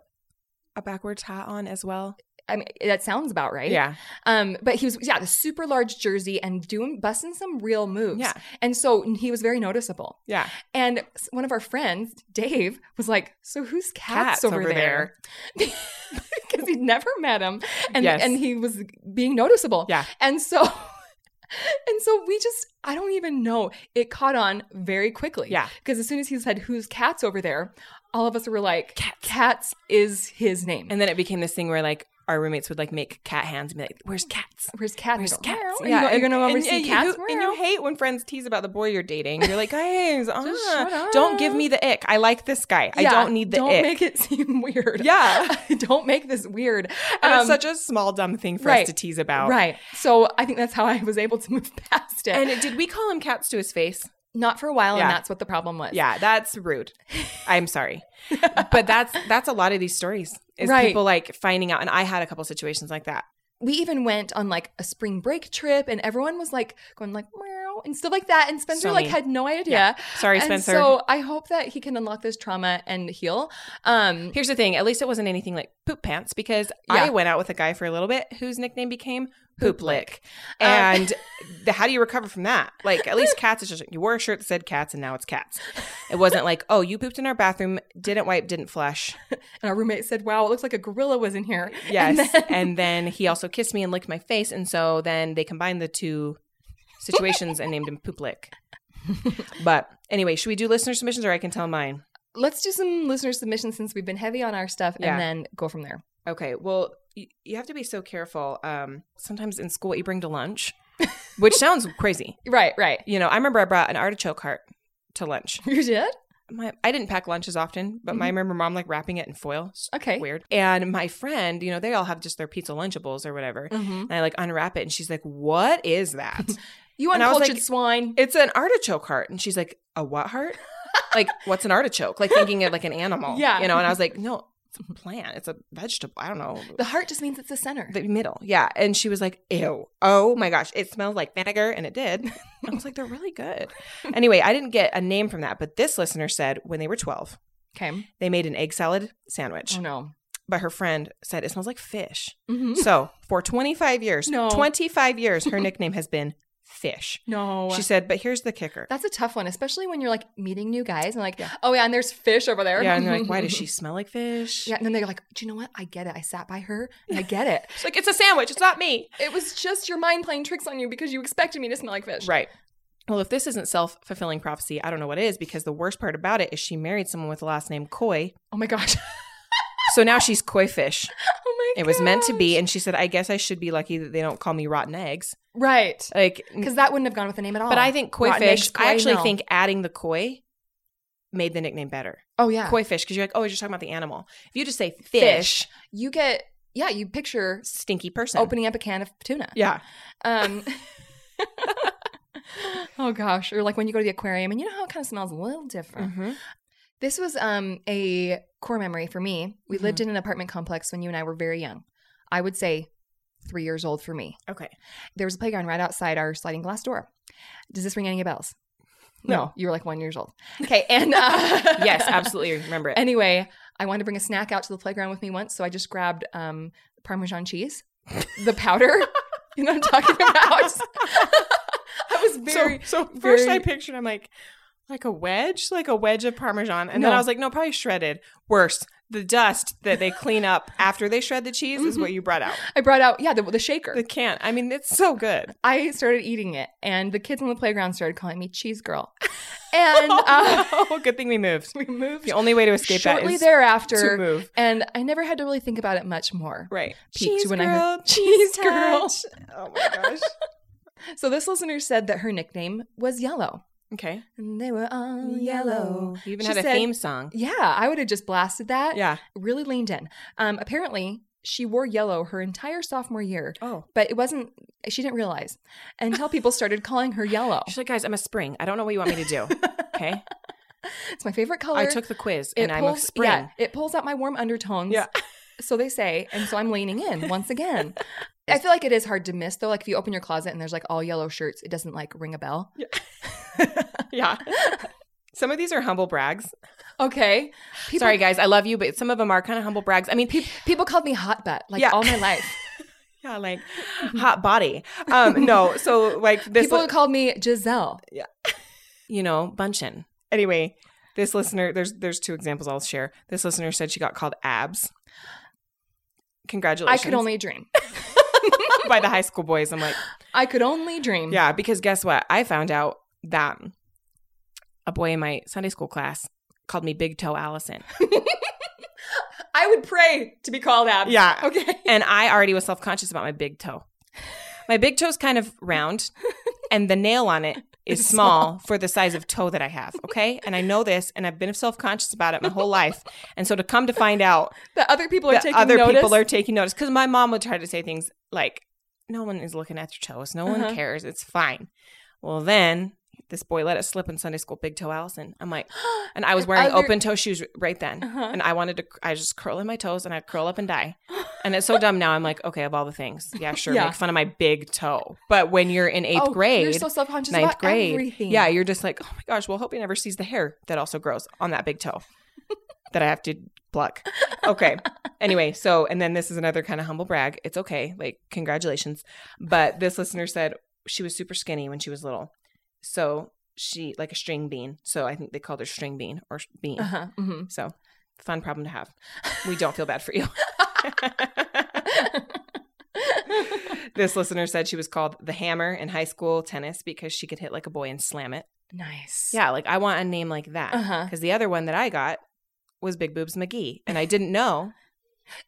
Speaker 3: a backwards hat on as well?
Speaker 2: i mean that sounds about right
Speaker 3: Yeah.
Speaker 2: um but he was yeah the super large jersey and doing busting some real moves
Speaker 3: Yeah.
Speaker 2: and so he was very noticeable
Speaker 3: Yeah.
Speaker 2: and s- one of our friends dave was like so who's cats,
Speaker 3: Cats
Speaker 2: over,
Speaker 3: over
Speaker 2: there because he'd never met him and
Speaker 3: Yes.
Speaker 2: and he was being noticeable
Speaker 3: Yeah.
Speaker 2: And so and so we just I don't even know. It caught on very quickly.
Speaker 3: Yeah.
Speaker 2: Because as soon as he said who's cats over there, all of us were like
Speaker 3: Cats.
Speaker 2: cats is his name. And
Speaker 3: And then it became this thing where like our roommates would like make cat hands and be like, "Where's cats?
Speaker 2: Where's cats?
Speaker 3: Where's
Speaker 2: And
Speaker 3: cats?"
Speaker 2: go, "Meow." And you're gonna
Speaker 3: and-
Speaker 2: go over
Speaker 3: and-
Speaker 2: see
Speaker 3: and
Speaker 2: cats.
Speaker 3: You, and you hate when friends tease about the boy you're dating. You're like, guys, uh,
Speaker 2: shut
Speaker 3: don't give
Speaker 2: up."
Speaker 3: me the ick. I like this guy. I
Speaker 2: Yeah,
Speaker 3: don't need the
Speaker 2: Don't
Speaker 3: ick.
Speaker 2: make it seem weird.
Speaker 3: yeah.
Speaker 2: don't make this weird.
Speaker 3: And it's
Speaker 2: Um,
Speaker 3: such a small dumb thing for
Speaker 2: right,
Speaker 3: us to tease about.
Speaker 2: Right. So I think that's how I was able to move past it.
Speaker 3: And did we call him cats to his face?
Speaker 2: not for a while,
Speaker 3: Yeah.
Speaker 2: and that's what the problem was.
Speaker 3: Yeah, that's rude. I'm sorry. but that's that's a lot of these stories. Is
Speaker 2: Right.
Speaker 3: people like finding out and I had a couple situations like that.
Speaker 2: we even went on like a spring break trip and everyone was like going like meow and stuff like that and spencer
Speaker 3: So
Speaker 2: like
Speaker 3: mean.
Speaker 2: had no idea
Speaker 3: Sorry,
Speaker 2: and
Speaker 3: Spencer.
Speaker 2: so i hope that he can unlock this trauma and heal um
Speaker 3: Here's the thing, at least it wasn't anything like poop pants because I
Speaker 2: Yeah.
Speaker 3: went out with a guy for a little bit whose nickname became poop
Speaker 2: Poop
Speaker 3: lick.
Speaker 2: Lick. Um,
Speaker 3: And the, how do you recover from that? Like at least cats is just you wore a shirt that said cats and now it's cats. It wasn't like, oh, you pooped in our bathroom, didn't wipe, didn't flush.
Speaker 2: and our roommate said wow it looks like a gorilla was in here
Speaker 3: Yes.
Speaker 2: and then,
Speaker 3: and then he also kissed me and licked my face. And so then they combined the two situations and named him Poop Lick. But anyway, should we do listener submissions or I can tell mine?
Speaker 2: let's do some listener submissions since we've been heavy on our stuff
Speaker 3: Yeah.
Speaker 2: and then go from there
Speaker 3: Okay. Well, you, you have to be so careful. Um, sometimes in school, what you bring to lunch, which sounds crazy.
Speaker 2: right right
Speaker 3: You know, I remember I brought an artichoke heart to lunch.
Speaker 2: you did
Speaker 3: My, I didn't pack lunches often, but my, I remember mom like wrapping it in foil. It's
Speaker 2: okay
Speaker 3: Weird. And my friend, you know, they all have just their pizza Lunchables or whatever.
Speaker 2: Mhm.
Speaker 3: And I like unwrap it and she's like, what is that?
Speaker 2: you
Speaker 3: And I was
Speaker 2: uncultured
Speaker 3: like-
Speaker 2: swine
Speaker 3: it's an artichoke heart and she's like a what heart like what's an artichoke like thinking of like an animal
Speaker 2: Yeah.
Speaker 3: you know and i was like no it's a plant it's a vegetable i don't know
Speaker 2: the heart just means it's the center
Speaker 3: the middle yeah and she was like ew oh my gosh it smells like vinegar and it did i was like they're really good anyway i didn't get a name from that but this listener said when they were 12
Speaker 2: okay
Speaker 3: they made an egg salad sandwich
Speaker 2: oh no
Speaker 3: but her friend said it smells like fish
Speaker 2: Mhm.
Speaker 3: so for 25 years
Speaker 2: No.
Speaker 3: 25 years her nickname has been fish
Speaker 2: no
Speaker 3: she said but here's the kicker
Speaker 2: That's a tough one, especially when you're like meeting new guys and like,
Speaker 3: Yeah.
Speaker 2: oh yeah, and there's fish over there.
Speaker 3: Yeah, and they're like, why does she smell like fish?
Speaker 2: Yeah, and then they're like, do you know what? I get it. I sat by her and I get it.
Speaker 3: It's like, it's a sandwich. It's not me.
Speaker 2: It was just your mind playing tricks on you because you expected me to smell like fish.
Speaker 3: Right. Well, if this isn't self fulfilling prophecy, I don't know what is because the worst part about it is she married someone with the last name Coy.
Speaker 2: Oh my gosh.
Speaker 3: So now she's Koi Fish.
Speaker 2: oh my
Speaker 3: It was meant to be.
Speaker 2: gosh.
Speaker 3: And she said, I guess I should be lucky that they don't call me rotten eggs.
Speaker 2: Right.
Speaker 3: Like,
Speaker 2: Because that wouldn't have gone with the name at all.
Speaker 3: Mm. but I think Koi
Speaker 2: Rotten
Speaker 3: Fish,
Speaker 2: eggs, koi,
Speaker 3: I actually
Speaker 2: no.
Speaker 3: think adding the Koi made the nickname better.
Speaker 2: Oh yeah.
Speaker 3: Koi Fish, because you're like, oh, you're just talking about the animal. If you just say fish,
Speaker 2: Fish. You get yeah, you picture
Speaker 3: stinky person.
Speaker 2: opening up a can of tuna.
Speaker 3: Yeah.
Speaker 2: Um Oh gosh. Or like when you go to the aquarium and you know how it kind of smells a little different.
Speaker 3: Mhm.
Speaker 2: This was um, a core memory for me. We
Speaker 3: Mhm.
Speaker 2: lived in an apartment complex when you and I were very young. I would say three years old for me.
Speaker 3: Okay.
Speaker 2: There was a playground right outside our sliding glass door. Does this ring any bells?
Speaker 3: No.
Speaker 2: you were like one years old. Okay, and uh,
Speaker 3: Yes, absolutely. Remember it.
Speaker 2: Anyway, I wanted to bring a snack out to the playground with me once, so I just grabbed um, Parmesan cheese, the powder. you know what I'm talking about? I was very
Speaker 3: so, so first
Speaker 2: very-
Speaker 3: I pictured I'm like like a wedge, like a wedge of parmesan, and then
Speaker 2: No.
Speaker 3: I was like, no, probably shredded. Worse, the dust that they clean up after they shred the cheese
Speaker 2: Mm-hmm.
Speaker 3: is what you brought out.
Speaker 2: I brought out, yeah, the, the shaker.
Speaker 3: The can. I mean, it's so good.
Speaker 2: I started eating it, and the kids on the playground started calling me cheese girl. And uh,
Speaker 3: oh, good thing we moved.
Speaker 2: we moved
Speaker 3: The only way to escape that
Speaker 2: shortly
Speaker 3: is to
Speaker 2: thereafter.
Speaker 3: move.
Speaker 2: And I never had to really think about it much more.
Speaker 3: Right.
Speaker 2: Peaked when I heard-
Speaker 3: cheese
Speaker 2: Cheese girl.
Speaker 3: touch. Oh my gosh.
Speaker 2: So this listener said that her nickname was Yellow.
Speaker 3: okay.
Speaker 2: And they were all yellow.
Speaker 3: You even
Speaker 2: She
Speaker 3: had a
Speaker 2: said-
Speaker 3: theme song.
Speaker 2: Yeah, I would have just blasted that.
Speaker 3: Yeah.
Speaker 2: Really leaned in. Um, apparently, she wore yellow her entire sophomore year,
Speaker 3: Oh.
Speaker 2: but it wasn't, she didn't realize until people started calling her yellow.
Speaker 3: She's like, guys, I'm a spring. I don't know what you want me to do. Okay.
Speaker 2: It's my favorite color.
Speaker 3: I took the quiz
Speaker 2: It
Speaker 3: and I'm a
Speaker 2: pulls-
Speaker 3: spring.
Speaker 2: Yeah, it pulls out my warm undertones.
Speaker 3: Yeah.
Speaker 2: So they say, and so I'm leaning in once again. I feel like it is hard to miss though. Like if you open your closet and there's like all yellow shirts, it doesn't like ring a bell.
Speaker 3: Yeah. Some of these are humble brags.
Speaker 2: Okay. People,
Speaker 3: Sorry, guys. I love you, but some of them are kind of humble brags. I mean, people.
Speaker 2: people called me hot butt like
Speaker 3: Yeah.
Speaker 2: all my life.
Speaker 3: Yeah, like hot body. Um, no, so like this,
Speaker 2: people
Speaker 3: li-
Speaker 2: called me Giselle.
Speaker 3: you know, bunchin. Anyway, this listener, there's there's two examples I'll share. This listener said she got called abs.
Speaker 2: I
Speaker 3: Congratulations!
Speaker 2: could only dream.
Speaker 3: by the high school boys. I'm like, mm.
Speaker 2: I could only dream.
Speaker 3: yeah, because guess what? I found out that a boy in my Sunday school class called me Big Toe Allison.
Speaker 2: I would pray to be called out.
Speaker 3: Yeah.
Speaker 2: Okay.
Speaker 3: and I already was self conscious about my big toe. My big toe's kind of round, and the nail on it is
Speaker 2: It's
Speaker 3: small, for the size of toe that I have. Okay, and I know this, and I've been self conscious about it my whole life. And so to come to find out
Speaker 2: That other people are
Speaker 3: that
Speaker 2: taking
Speaker 3: other
Speaker 2: notice.
Speaker 3: people are taking notice, because my mom would try to say things like, "No one is looking at your toes. No
Speaker 2: Uh-huh.
Speaker 3: one cares. It's fine." Well, then this boy let it slip in Sunday school, big toe Allison. I'm like, and I was
Speaker 2: And
Speaker 3: wearing
Speaker 2: other-
Speaker 3: open toe shoes right then
Speaker 2: Uh-huh.
Speaker 3: and I wanted to, I was just curling my toes and I'd curl up and die. And it's so dumb now. I'm like, okay, of all the things, yeah, sure,
Speaker 2: Yeah.
Speaker 3: make fun of my big toe. But when you're in eighth
Speaker 2: Oh,
Speaker 3: grade,
Speaker 2: You're so self conscious
Speaker 3: ninth
Speaker 2: about
Speaker 3: grade,
Speaker 2: everything.
Speaker 3: yeah, you're just like, oh my gosh, well, hope he never sees the hair that also grows on that big toe that I have to pluck. Okay. Anyway, so, and then this is another kind of humble brag. It's okay. Like, congratulations. But this listener said she was super skinny when she was little. So she, like a string bean. So I think they called her string bean or bean.
Speaker 2: Uh-huh. mhm.
Speaker 3: So, fun problem to have. We don't feel bad for you. this listener said she was called the hammer in high school tennis because she could hit like a boy and slam it. Uh-huh.
Speaker 2: Nice.
Speaker 3: Yeah, like I want a name like that.
Speaker 2: Uh
Speaker 3: Because
Speaker 2: huh.
Speaker 3: the other one that I got was Big Boobs McGee. And I didn't know.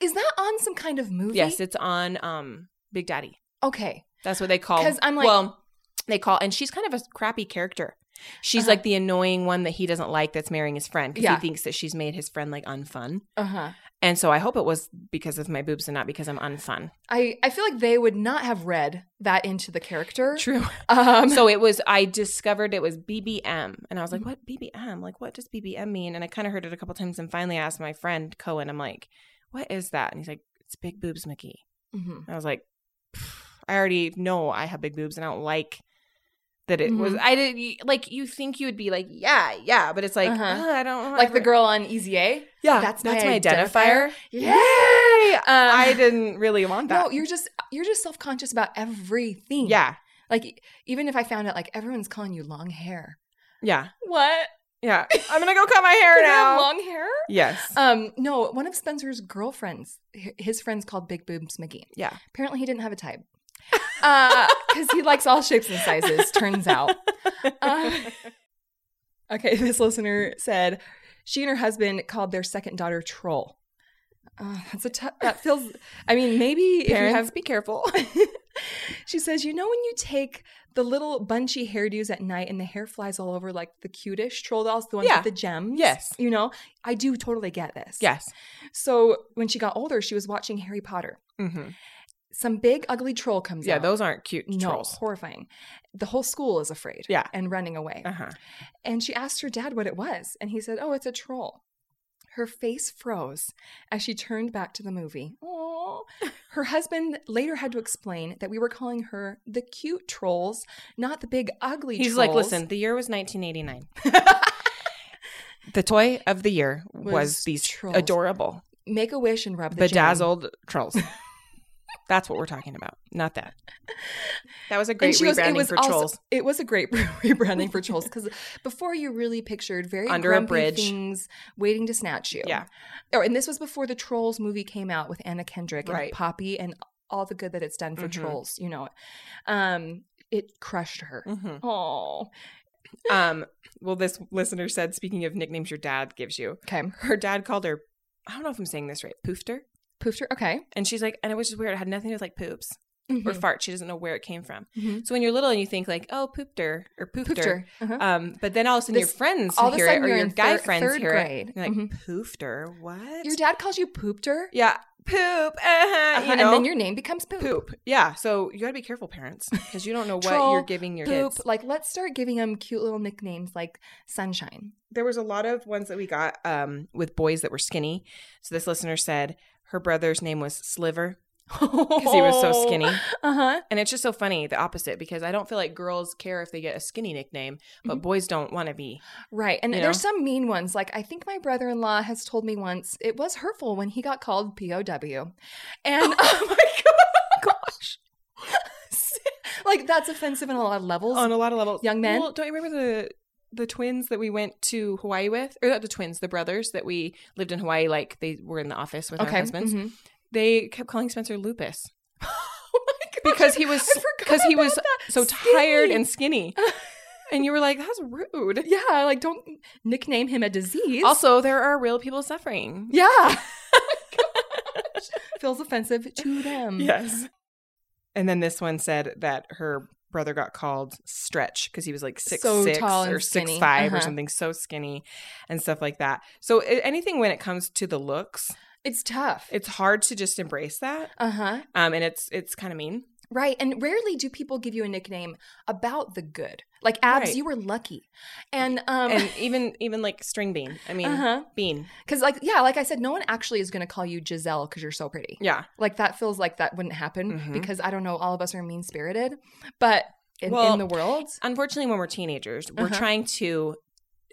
Speaker 2: Is that on some kind of movie?
Speaker 3: yes, it's on um Big Daddy.
Speaker 2: Okay.
Speaker 3: That's what they call
Speaker 2: 'Cause I'm like-
Speaker 3: well, they call and she's kind of a crappy character. She's
Speaker 2: Uh-huh.
Speaker 3: like the annoying one that he doesn't like that's marrying his friend because
Speaker 2: Yeah.
Speaker 3: he thinks that she's made his friend like unfun.
Speaker 2: Uh huh.
Speaker 3: And so I hope it was because of my boobs and not because I'm unfun.
Speaker 2: I, I feel like they would not have read that into the character.
Speaker 3: True.
Speaker 2: Um,
Speaker 3: so it was, I discovered it was BBM. And I was like, what BBM? Like, what does BBM mean? And I kind of heard it a couple times and finally I asked my friend Cohen, I'm like, what is that? And he's like, it's Big Boobs McGee.
Speaker 2: mhm.
Speaker 3: And I was like, "Pff, I already know I have big boobs and I don't like that it was,
Speaker 2: Mhm.
Speaker 3: I didn't, like, you think you would be like, yeah, yeah. But it's like,
Speaker 2: Uh-huh.
Speaker 3: "Uh, I don't know.
Speaker 2: Like the girl on Easy A.
Speaker 3: Yeah.
Speaker 2: that's
Speaker 3: That's,
Speaker 2: my
Speaker 3: my, identifier.
Speaker 2: Yeah. Um,
Speaker 3: Yay! I didn't really want that.
Speaker 2: No, you're just you're just self conscious about everything.
Speaker 3: yeah.
Speaker 2: Like e- even if I found out like everyone's calling you long hair.
Speaker 3: Yeah.
Speaker 2: What?
Speaker 3: Yeah. I'm going to go cut my hair
Speaker 2: Can I have
Speaker 3: now.
Speaker 2: long hair?
Speaker 3: Yes.
Speaker 2: Um, no, one of Spencer's girlfriends, h- his friend's called Big Boobs McGee.
Speaker 3: Yeah.
Speaker 2: Apparently he didn't have a type. Because he likes all shapes and sizes, turns out. Um, okay, this listener said she and her husband called their second daughter Troll. Oh, that's a tough, that feels, I mean, maybe if you
Speaker 3: Parents,
Speaker 2: have
Speaker 3: be careful.
Speaker 2: She says, You know, when you take the little bunchy hairdos at night and the hair flies all over, like the cutish troll dolls, the ones
Speaker 3: Yeah.
Speaker 2: with the gems?
Speaker 3: Yes.
Speaker 2: You know, I do totally get this.
Speaker 3: yes.
Speaker 2: So when she got older, she was watching Harry Potter.
Speaker 3: Mm-hmm.
Speaker 2: Some big, ugly troll comes
Speaker 3: Yeah,
Speaker 2: out.
Speaker 3: those aren't cute
Speaker 2: no,
Speaker 3: trolls.
Speaker 2: horrifying. The whole school is afraid
Speaker 3: Yeah.
Speaker 2: and running away.
Speaker 3: Uh huh.
Speaker 2: And she asked her dad what it was, and he said, Oh, it's a troll. Her face froze as she turned back to the movie. Aww. Her husband later had to explain that we were calling her the cute trolls, not the big ugly
Speaker 3: He's
Speaker 2: trolls.
Speaker 3: like, listen, the year was 1989. the toy of the year was,
Speaker 2: Was
Speaker 3: these
Speaker 2: trolls.
Speaker 3: adorable,
Speaker 2: make a wish and rub the jam."
Speaker 3: bedazzled trolls. That's what we're talking about. Not that. That was a great
Speaker 2: And she goes,
Speaker 3: rebranding
Speaker 2: it was
Speaker 3: for
Speaker 2: also-
Speaker 3: Trolls.
Speaker 2: It was a great rebranding for Trolls because before you really pictured very
Speaker 3: Under a
Speaker 2: grumpy
Speaker 3: bridge.
Speaker 2: things waiting to snatch you.
Speaker 3: Yeah.
Speaker 2: Oh, and this was before the Trolls movie came out with Anna Kendrick
Speaker 3: Right.
Speaker 2: and Poppy and all the good that it's done for
Speaker 3: Mhm.
Speaker 2: Trolls. You know, um, it crushed her.
Speaker 3: Mhm.
Speaker 2: Oh,
Speaker 3: Um, well, this listener said, speaking of nicknames your dad gives you,
Speaker 2: okay.
Speaker 3: her dad called her, I don't know if I'm saying this right, poofter.
Speaker 2: Poofed her. Okay.
Speaker 3: And she's like, and it was just weird. It had nothing to do with like poops or
Speaker 2: Mhm.
Speaker 3: fart. She doesn't know where it came from.
Speaker 2: Mhm.
Speaker 3: So when you're little and you think like, oh, poopter or poofter.
Speaker 2: Poofed her. Uh-huh.
Speaker 3: Um, but then all of a sudden your
Speaker 2: This-
Speaker 3: friends
Speaker 2: all of a
Speaker 3: hear it
Speaker 2: sudden
Speaker 3: or
Speaker 2: you're
Speaker 3: your
Speaker 2: in
Speaker 3: guy
Speaker 2: thir-
Speaker 3: friends
Speaker 2: third
Speaker 3: hear
Speaker 2: grade.
Speaker 3: it. You're like,
Speaker 2: Mhm.
Speaker 3: poofter? What?
Speaker 2: Your dad calls you pooped her.
Speaker 3: yeah, poop. Uh-huh,
Speaker 2: Uh-huh,
Speaker 3: you know?
Speaker 2: And then your name becomes poop.
Speaker 3: poop. Yeah. So you got to be careful, parents, because you don't know what
Speaker 2: Troll,
Speaker 3: you're giving your
Speaker 2: Poop.
Speaker 3: kids.
Speaker 2: Like, let's start giving them cute little nicknames like Sunshine.
Speaker 3: There was a lot of ones that we got um, with boys that were skinny. So this listener said her brother's name was Sliver because he was so skinny.
Speaker 2: Uh huh.
Speaker 3: And it's just so funny, the opposite, because I don't feel like girls care if they get a skinny nickname, but
Speaker 2: Mm-hmm.
Speaker 3: boys don't want to be.
Speaker 2: Right. And
Speaker 3: You
Speaker 2: there's some mean ones. Like, I think my brother in law has told me once it was hurtful when he got called POW. And oh my gosh. like, that's offensive in a lot of levels.
Speaker 3: On a lot of levels.
Speaker 2: Young men?
Speaker 3: Well, don't you remember the the twins that we went to Hawaii with? Or not the twins, the brothers that we lived in Hawaii, like they were in the office with our husbands.
Speaker 2: mhm.
Speaker 3: They kept calling Spencer Lupus.
Speaker 2: Oh my gosh.
Speaker 3: because he was
Speaker 2: I forgot
Speaker 3: because he
Speaker 2: about
Speaker 3: was
Speaker 2: that.
Speaker 3: so
Speaker 2: Skinny.
Speaker 3: tired and skinny and you were like that's rude
Speaker 2: Yeah, like don't nickname him a disease.
Speaker 3: also there are real people suffering
Speaker 2: yeah. Oh my gosh. Feels offensive to them.
Speaker 3: yes and then this one said that her brother got called stretch because he was like six
Speaker 2: So
Speaker 3: six
Speaker 2: tall and
Speaker 3: or six
Speaker 2: skinny.
Speaker 3: five or
Speaker 2: Uh-huh.
Speaker 3: something so skinny and stuff like that so a- anything when it comes to the looks
Speaker 2: It's tough.
Speaker 3: it's hard to just embrace that
Speaker 2: uh huh.
Speaker 3: um and it's it's kind of mean
Speaker 2: Right. And rarely do people give you a nickname about the good. Like abs,
Speaker 3: Right.
Speaker 2: you were lucky. And um
Speaker 3: and even even like string bean i mean
Speaker 2: Uh-huh.
Speaker 3: bean
Speaker 2: cuz like yeah, like I said no one actually is going to call you Giselle cuz you're so pretty.
Speaker 3: yeah
Speaker 2: Like that feels like that wouldn't happen
Speaker 3: Mhm.
Speaker 2: because I don't know all of us are mean-spirited, but in,
Speaker 3: Well,
Speaker 2: in the world
Speaker 3: unfortunately when we're teenagers we're
Speaker 2: Uh-huh.
Speaker 3: trying to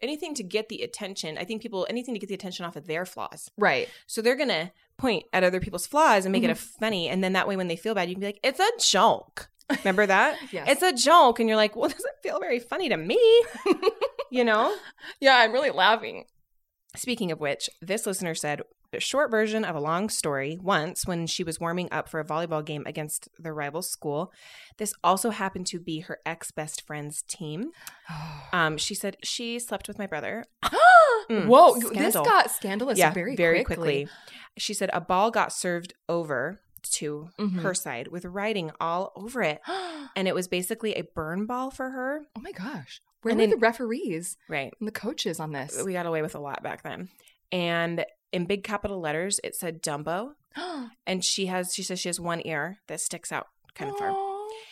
Speaker 3: anything to get the attention i think people anything to get the attention off of their flaws
Speaker 2: Right.
Speaker 3: so they're gonna point at other people's flaws and make it a
Speaker 2: Mm-hmm.
Speaker 3: funny and then that way when they feel bad you can be like it's a joke remember that
Speaker 2: Yes.
Speaker 3: it's a joke and you're like well it doesn't feel very funny to me you know
Speaker 2: yeah, I'm really laughing.
Speaker 3: Speaking of which, this listener said the short version of a long story. Once, when she was warming up for a volleyball game against the rival school, this also happened to be her ex best friend's team. Um, she said she slept with my brother. Mm,
Speaker 2: Whoa, this
Speaker 3: scandal.
Speaker 2: got scandalous very, quickly.
Speaker 3: She said a ball got served over to
Speaker 2: Mhm.
Speaker 3: her side with writing all over it,
Speaker 2: oh
Speaker 3: and it was basically a burn ball for her.
Speaker 2: my gosh. Where
Speaker 3: And
Speaker 2: were
Speaker 3: then-
Speaker 2: the referees
Speaker 3: Right.
Speaker 2: and the coaches on this?
Speaker 3: We got away with a lot back then, and in big capital letters it said Dumbo. and she has she says she has one ear that sticks out kind of far.
Speaker 2: Aw.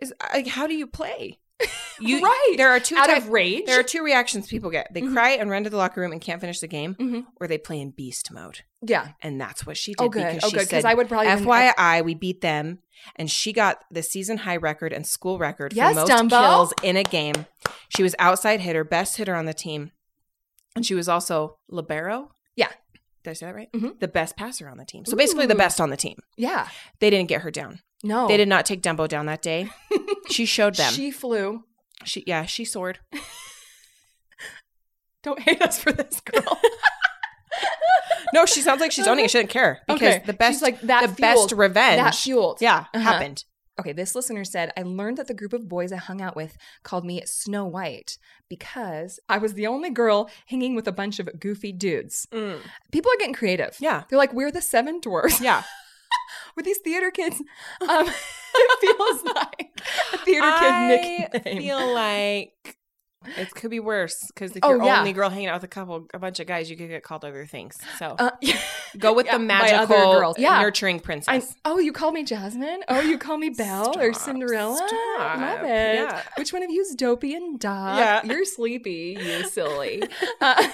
Speaker 3: Is like how do you play? You
Speaker 2: Right.
Speaker 3: There are two
Speaker 2: Out
Speaker 3: type-
Speaker 2: of rage.
Speaker 3: there are two reactions people get. They
Speaker 2: Mhm.
Speaker 3: cry and run to the locker room and can't finish the game,
Speaker 2: Mhm.
Speaker 3: or they play in beast mode.
Speaker 2: Yeah.
Speaker 3: And that's what she did
Speaker 2: Oh, good.
Speaker 3: because
Speaker 2: Oh,
Speaker 3: she
Speaker 2: good. Because
Speaker 3: said,
Speaker 2: I would probably. been-
Speaker 3: FYI, we beat them, and she got the season high record and school record
Speaker 2: Yes,
Speaker 3: for most
Speaker 2: Dumbo.
Speaker 3: kills in a game. She was outside hitter, best hitter on the team, and she was also libero.
Speaker 2: Yeah.
Speaker 3: Did I say that right?
Speaker 2: Mhm.
Speaker 3: The best passer on the team. So basically, the
Speaker 2: Ooh.
Speaker 3: best on the team.
Speaker 2: yeah.
Speaker 3: They didn't get her down.
Speaker 2: No.
Speaker 3: They did not take Dumbo down that day. she showed them. She,
Speaker 2: Oh. She flew.
Speaker 3: yeah, she soared.
Speaker 2: Don't hate us for this girl.
Speaker 3: No, she sounds like she's owning it. She didn't care because
Speaker 2: Okay.
Speaker 3: the best,
Speaker 2: She's like that.
Speaker 3: the best
Speaker 2: fueled-
Speaker 3: revenge,
Speaker 2: That fueled.
Speaker 3: yeah,
Speaker 2: Uh-huh.
Speaker 3: happened.
Speaker 2: Okay. This listener said, I learned that the group of boys I hung out with called me Snow White because I was the only girl hanging with a bunch of goofy dudes. People are getting creative.
Speaker 3: Yeah,
Speaker 2: They're like, we're the seven dwarfs.
Speaker 3: yeah.
Speaker 2: We're these theater kids. Um, it feels like a theater
Speaker 3: I
Speaker 2: kid nickname.
Speaker 3: feel like it could be worse because if
Speaker 2: Oh,
Speaker 3: you're
Speaker 2: yeah.
Speaker 3: only girl hanging out with a couple, a bunch of guys, you could get called other things. So
Speaker 2: Uh,
Speaker 3: go with
Speaker 2: yeah,
Speaker 3: the
Speaker 2: by
Speaker 3: magical,
Speaker 2: other girls. Yeah.
Speaker 3: nurturing
Speaker 2: I,
Speaker 3: princess.
Speaker 2: oh, you call me Jasmine? Oh, you call me Belle or
Speaker 3: Stop,
Speaker 2: Cinderella?
Speaker 3: stop.
Speaker 2: Love it.
Speaker 3: Yeah.
Speaker 2: Which one of you is dopey and Doc?
Speaker 3: Yeah.
Speaker 2: You're sleepy, you silly. Uh,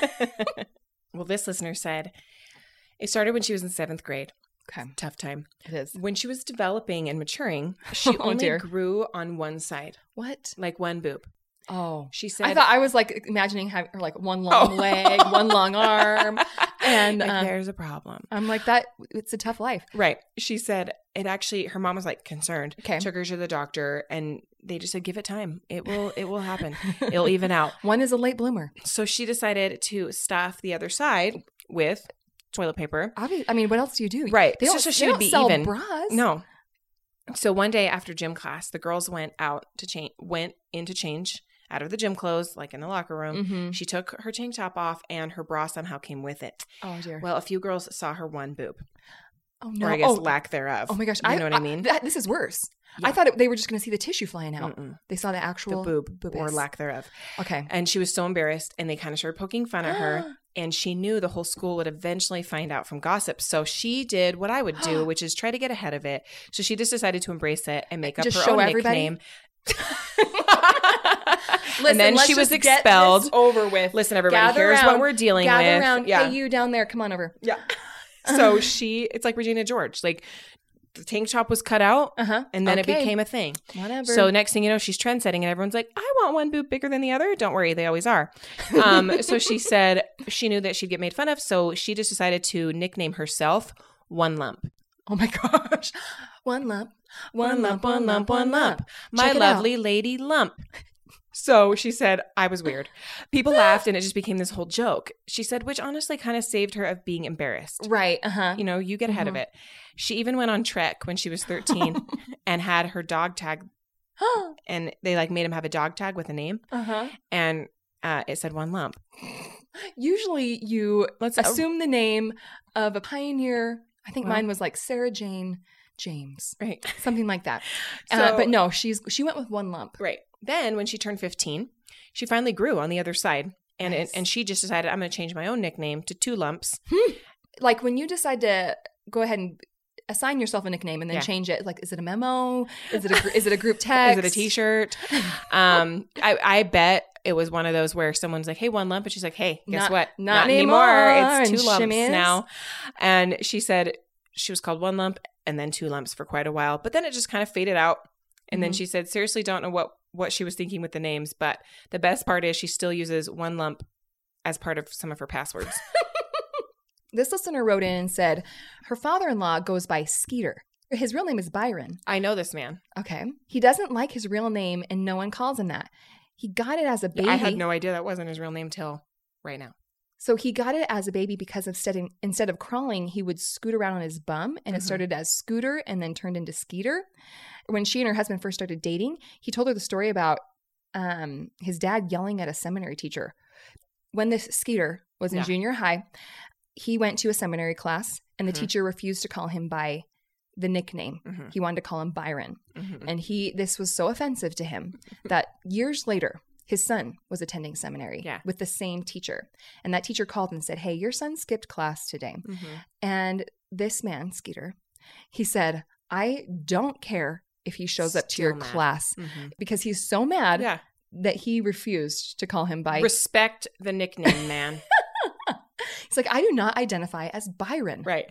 Speaker 3: well, this listener said it started when she was in seventh grade.
Speaker 2: okay,
Speaker 3: Tough time.
Speaker 2: it is.
Speaker 3: When she was developing and maturing, she
Speaker 2: Oh,
Speaker 3: only
Speaker 2: dear.
Speaker 3: grew on one side,
Speaker 2: What?
Speaker 3: like one boob.
Speaker 2: Oh.
Speaker 3: She said, Oh.
Speaker 2: I thought I was like imagining having like one long leg, one long arm, And
Speaker 3: Like,
Speaker 2: um,
Speaker 3: there's a problem.
Speaker 2: I'm like, that, it's a tough life.
Speaker 3: uh, Right. She said it actually her mom was like concerned.
Speaker 2: Okay.
Speaker 3: Took her to the doctor and they just said give it time. It will it will happen. It'll even out.
Speaker 2: One is a late bloomer.
Speaker 3: So she decided to stuff the other side with toilet paper.
Speaker 2: Obviously, I mean, what else do you do?
Speaker 3: Right.
Speaker 2: They
Speaker 3: So-
Speaker 2: don't,
Speaker 3: so she
Speaker 2: they
Speaker 3: would
Speaker 2: don't
Speaker 3: be
Speaker 2: sell
Speaker 3: even.
Speaker 2: bras.
Speaker 3: No. So one day after gym class, the girls went out to change went in to change out of the gym clothes like in the locker room.
Speaker 2: Mm-hmm.
Speaker 3: She took her tank top off and her bra somehow came with it.
Speaker 2: Oh, dear.
Speaker 3: Well, a few girls saw her one boob,
Speaker 2: oh, no.
Speaker 3: or I guess
Speaker 2: oh,
Speaker 3: lack thereof.
Speaker 2: oh, my gosh.
Speaker 3: You know what I mean?
Speaker 2: that- this is worse.
Speaker 3: Yeah.
Speaker 2: I thought it, they were just going to see the tissue flying out.
Speaker 3: Mm-mm.
Speaker 2: They saw the
Speaker 3: The
Speaker 2: actual
Speaker 3: boob or
Speaker 2: boobis.
Speaker 3: lack thereof.
Speaker 2: Okay.
Speaker 3: And she was so embarrassed, and they kind of started poking fun at her. And she knew the whole school would eventually find out from gossip. So she did what I would do, which is try to get ahead of it. So she just decided to embrace it and make up
Speaker 2: Just
Speaker 3: her
Speaker 2: show
Speaker 3: own
Speaker 2: everybody?
Speaker 3: nickname.
Speaker 2: Listen,
Speaker 3: and then
Speaker 2: let's
Speaker 3: she was
Speaker 2: just get this
Speaker 3: expelled.
Speaker 2: over with.
Speaker 3: Listen, everybody,
Speaker 2: Gather
Speaker 3: here's
Speaker 2: round.
Speaker 3: what we're dealing
Speaker 2: Gather
Speaker 3: with.
Speaker 2: around.
Speaker 3: Yeah.
Speaker 2: Hey, you down there. Come on over.
Speaker 3: yeah. so she, it's like Regina George. Like the tank top was cut out,
Speaker 2: Uh huh.
Speaker 3: and then it
Speaker 2: Okay.
Speaker 3: became a thing.
Speaker 2: Whatever.
Speaker 3: So next thing you know, she's trendsetting, and everyone's like, "I want one boob bigger than the other." Don't worry, they always are. Um, so she said she knew that she'd get made fun of, so she just decided to nickname herself One Lump.
Speaker 2: oh my gosh. One lump.
Speaker 3: One lump, one lump, one lump. My
Speaker 2: Check it
Speaker 3: lovely lady lump. So she said, I was weird. People laughed, and it just became this whole joke. She said, which honestly kind of saved her of being embarrassed.
Speaker 2: Right. Uh huh.
Speaker 3: you know, you get ahead of it. She even went on Trek when she was 13 and had her dog tag, and they like made him have a dog tag with a name,
Speaker 2: uh huh.
Speaker 3: and uh, it said one lump.
Speaker 2: Usually you
Speaker 3: Let's
Speaker 2: assume the name of a pioneer. I think
Speaker 3: Oh. Well.
Speaker 2: mine was like Sarah Jane James,
Speaker 3: right,
Speaker 2: something like that. uh,
Speaker 3: So-
Speaker 2: but no, she's she went with one lump.
Speaker 3: right. Then when she turned 15, she finally grew on the other side, and
Speaker 2: Nice.
Speaker 3: and she just decided I'm going to change my own nickname to Two Lumps.
Speaker 2: Like when you decide to go ahead and assign yourself a nickname and then
Speaker 3: Yeah.
Speaker 2: change it. Like, is it a memo? Is it a gr- is it a group text?
Speaker 3: Is it a T-shirt? um, I, I bet. It was one of those where someone's like, "Hey, one lump," and she's like, "Hey, guess
Speaker 2: Not-
Speaker 3: what?
Speaker 2: not anymore.
Speaker 3: It's two
Speaker 2: And
Speaker 3: lumps
Speaker 2: shimmies.
Speaker 3: now." And she said she was called one lump and then two lumps for quite a while, but then it just kind of faded out. And then
Speaker 2: Mhm.
Speaker 3: she said, "Seriously, don't know what what she was thinking with the names, but the best part is she still uses one lump as part of some of her passwords."
Speaker 2: This listener wrote in and said her father in law goes by Skeeter. His real name is Byron.
Speaker 3: I know this man.
Speaker 2: Okay. He doesn't like his real name and no one calls him that. He got it as a baby.
Speaker 3: I had no idea that wasn't his real name till right now.
Speaker 2: so he got it as a baby because instead of, instead of crawling, he would scoot around on his bum and it
Speaker 3: Mhm.
Speaker 2: started as Scooter and then turned into Skeeter. When she and her husband first started dating, he told her the story about um, his dad yelling at a seminary teacher. When this Skeeter was in
Speaker 3: Yeah.
Speaker 2: junior high, he went to a seminary class and the
Speaker 3: Mhm.
Speaker 2: teacher refused to call him by the nickname.
Speaker 3: Mhm.
Speaker 2: He wanted to call him Byron.
Speaker 3: Mhm.
Speaker 2: And he this was so offensive to him that years later his son was attending seminary
Speaker 3: Yeah.
Speaker 2: with the same teacher. And that teacher called and said, "Hey, your son skipped class today."
Speaker 3: Mhm.
Speaker 2: And this man, Skeeter, he said, "I don't care if he shows up to
Speaker 3: Still
Speaker 2: your
Speaker 3: mad.
Speaker 2: class
Speaker 3: Mhm.
Speaker 2: because he's so mad
Speaker 3: Yeah,
Speaker 2: that he refused to call him by."
Speaker 3: respect the nickname, man.
Speaker 2: He's like, "I do not identify as Byron.
Speaker 3: right,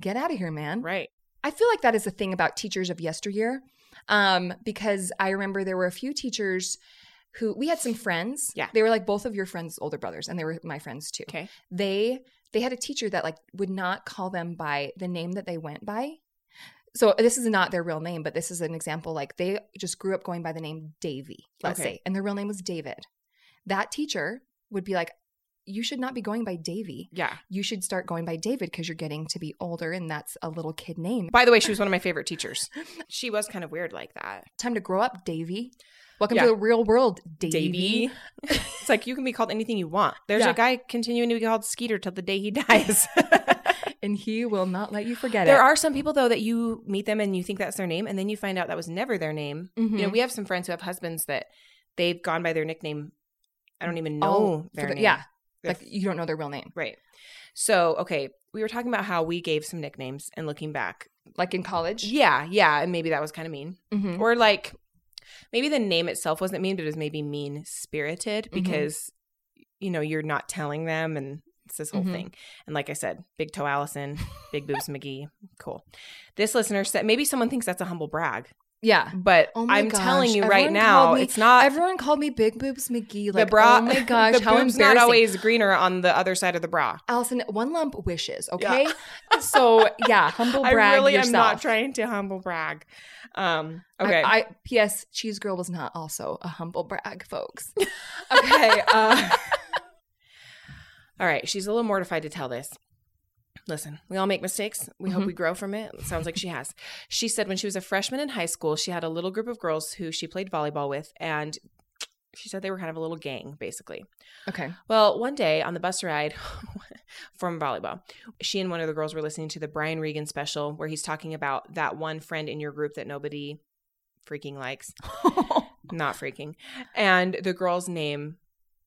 Speaker 2: Get out of here, man."
Speaker 3: right.
Speaker 2: I feel like that is a thing about teachers of yesteryear um, because I remember there were a few teachers who we had some friends.
Speaker 3: Yeah.
Speaker 2: They were like both of your friends' older brothers, and they were my friends too.
Speaker 3: Okay.
Speaker 2: They they had a teacher that like would not call them by the name that they went by. So this is not their real name, but this is an example. Like they just grew up going by the name Davy, let's
Speaker 3: Okay.
Speaker 2: say, and their real name was David. That teacher would be like, "You should not be going by Davy.
Speaker 3: Yeah.
Speaker 2: You should start going by David because you're getting to be older, and that's a little kid name.
Speaker 3: By the way, she was one of my favorite teachers. She was kind of weird like that.
Speaker 2: Time to grow up, Davy. Welcome
Speaker 3: Yeah.
Speaker 2: to the real world, Davy.
Speaker 3: Davy. it's like you can be called anything you want. There's
Speaker 2: Yeah.
Speaker 3: a guy continuing to be called Skeeter till the day he dies.
Speaker 2: And he will not let you forget
Speaker 3: there
Speaker 2: it.
Speaker 3: are some people though that you meet them and you think that's their name, and then you find out that was never their name.
Speaker 2: Mhm.
Speaker 3: You know, we have some friends who have husbands that they've gone by their nickname. I don't even know
Speaker 2: Oh,
Speaker 3: their
Speaker 2: for the-
Speaker 3: name.
Speaker 2: yeah.
Speaker 3: Their-
Speaker 2: like you don't know their real name.
Speaker 3: right. So okay, we were talking about how we gave some nicknames and looking back.
Speaker 2: Like in college.
Speaker 3: Yeah, yeah, and maybe that was kind of mean.
Speaker 2: Mhm.
Speaker 3: or like maybe the name itself wasn't mean but it was maybe mean spirited
Speaker 2: Mhm.
Speaker 3: because you know you're not telling them and it's this whole
Speaker 2: Mhm.
Speaker 3: thing and like i said big toe allison big boobs mcgee cool this listener said maybe someone thinks that's a humble brag
Speaker 2: Yeah.
Speaker 3: But
Speaker 2: Oh my
Speaker 3: I'm
Speaker 2: gosh,
Speaker 3: telling you right
Speaker 2: everyone
Speaker 3: now,
Speaker 2: called me-
Speaker 3: it's not
Speaker 2: Everyone called me Big Boobs McGee. Like,
Speaker 3: the bra.
Speaker 2: oh my gosh,
Speaker 3: the
Speaker 2: how
Speaker 3: boob's
Speaker 2: embarrassing!
Speaker 3: not always greener on the other side of the bra.
Speaker 2: Allison, one lump wishes.
Speaker 3: Yeah.
Speaker 2: Okay, so yeah, humble brag
Speaker 3: I really
Speaker 2: yourself.
Speaker 3: am not trying to humble brag. Um, okay.
Speaker 2: I, I P.S. Cheese Girl was not also a humble brag, folks. Okay. Uh,
Speaker 3: all right. She's a little mortified to tell this. Listen, we all make mistakes. We hope
Speaker 2: Mhm.
Speaker 3: we grow from it. It sounds like she has. She said when she was a freshman in high school, she had a little group of girls who she played volleyball with, and she said they were kind of a little gang, basically.
Speaker 2: okay.
Speaker 3: Well, one day on the bus ride from volleyball, she and one of the girls were listening to the Brian Regan special where he's talking about that one friend in your group that nobody freaking likes. Not freaking. And the girl's name,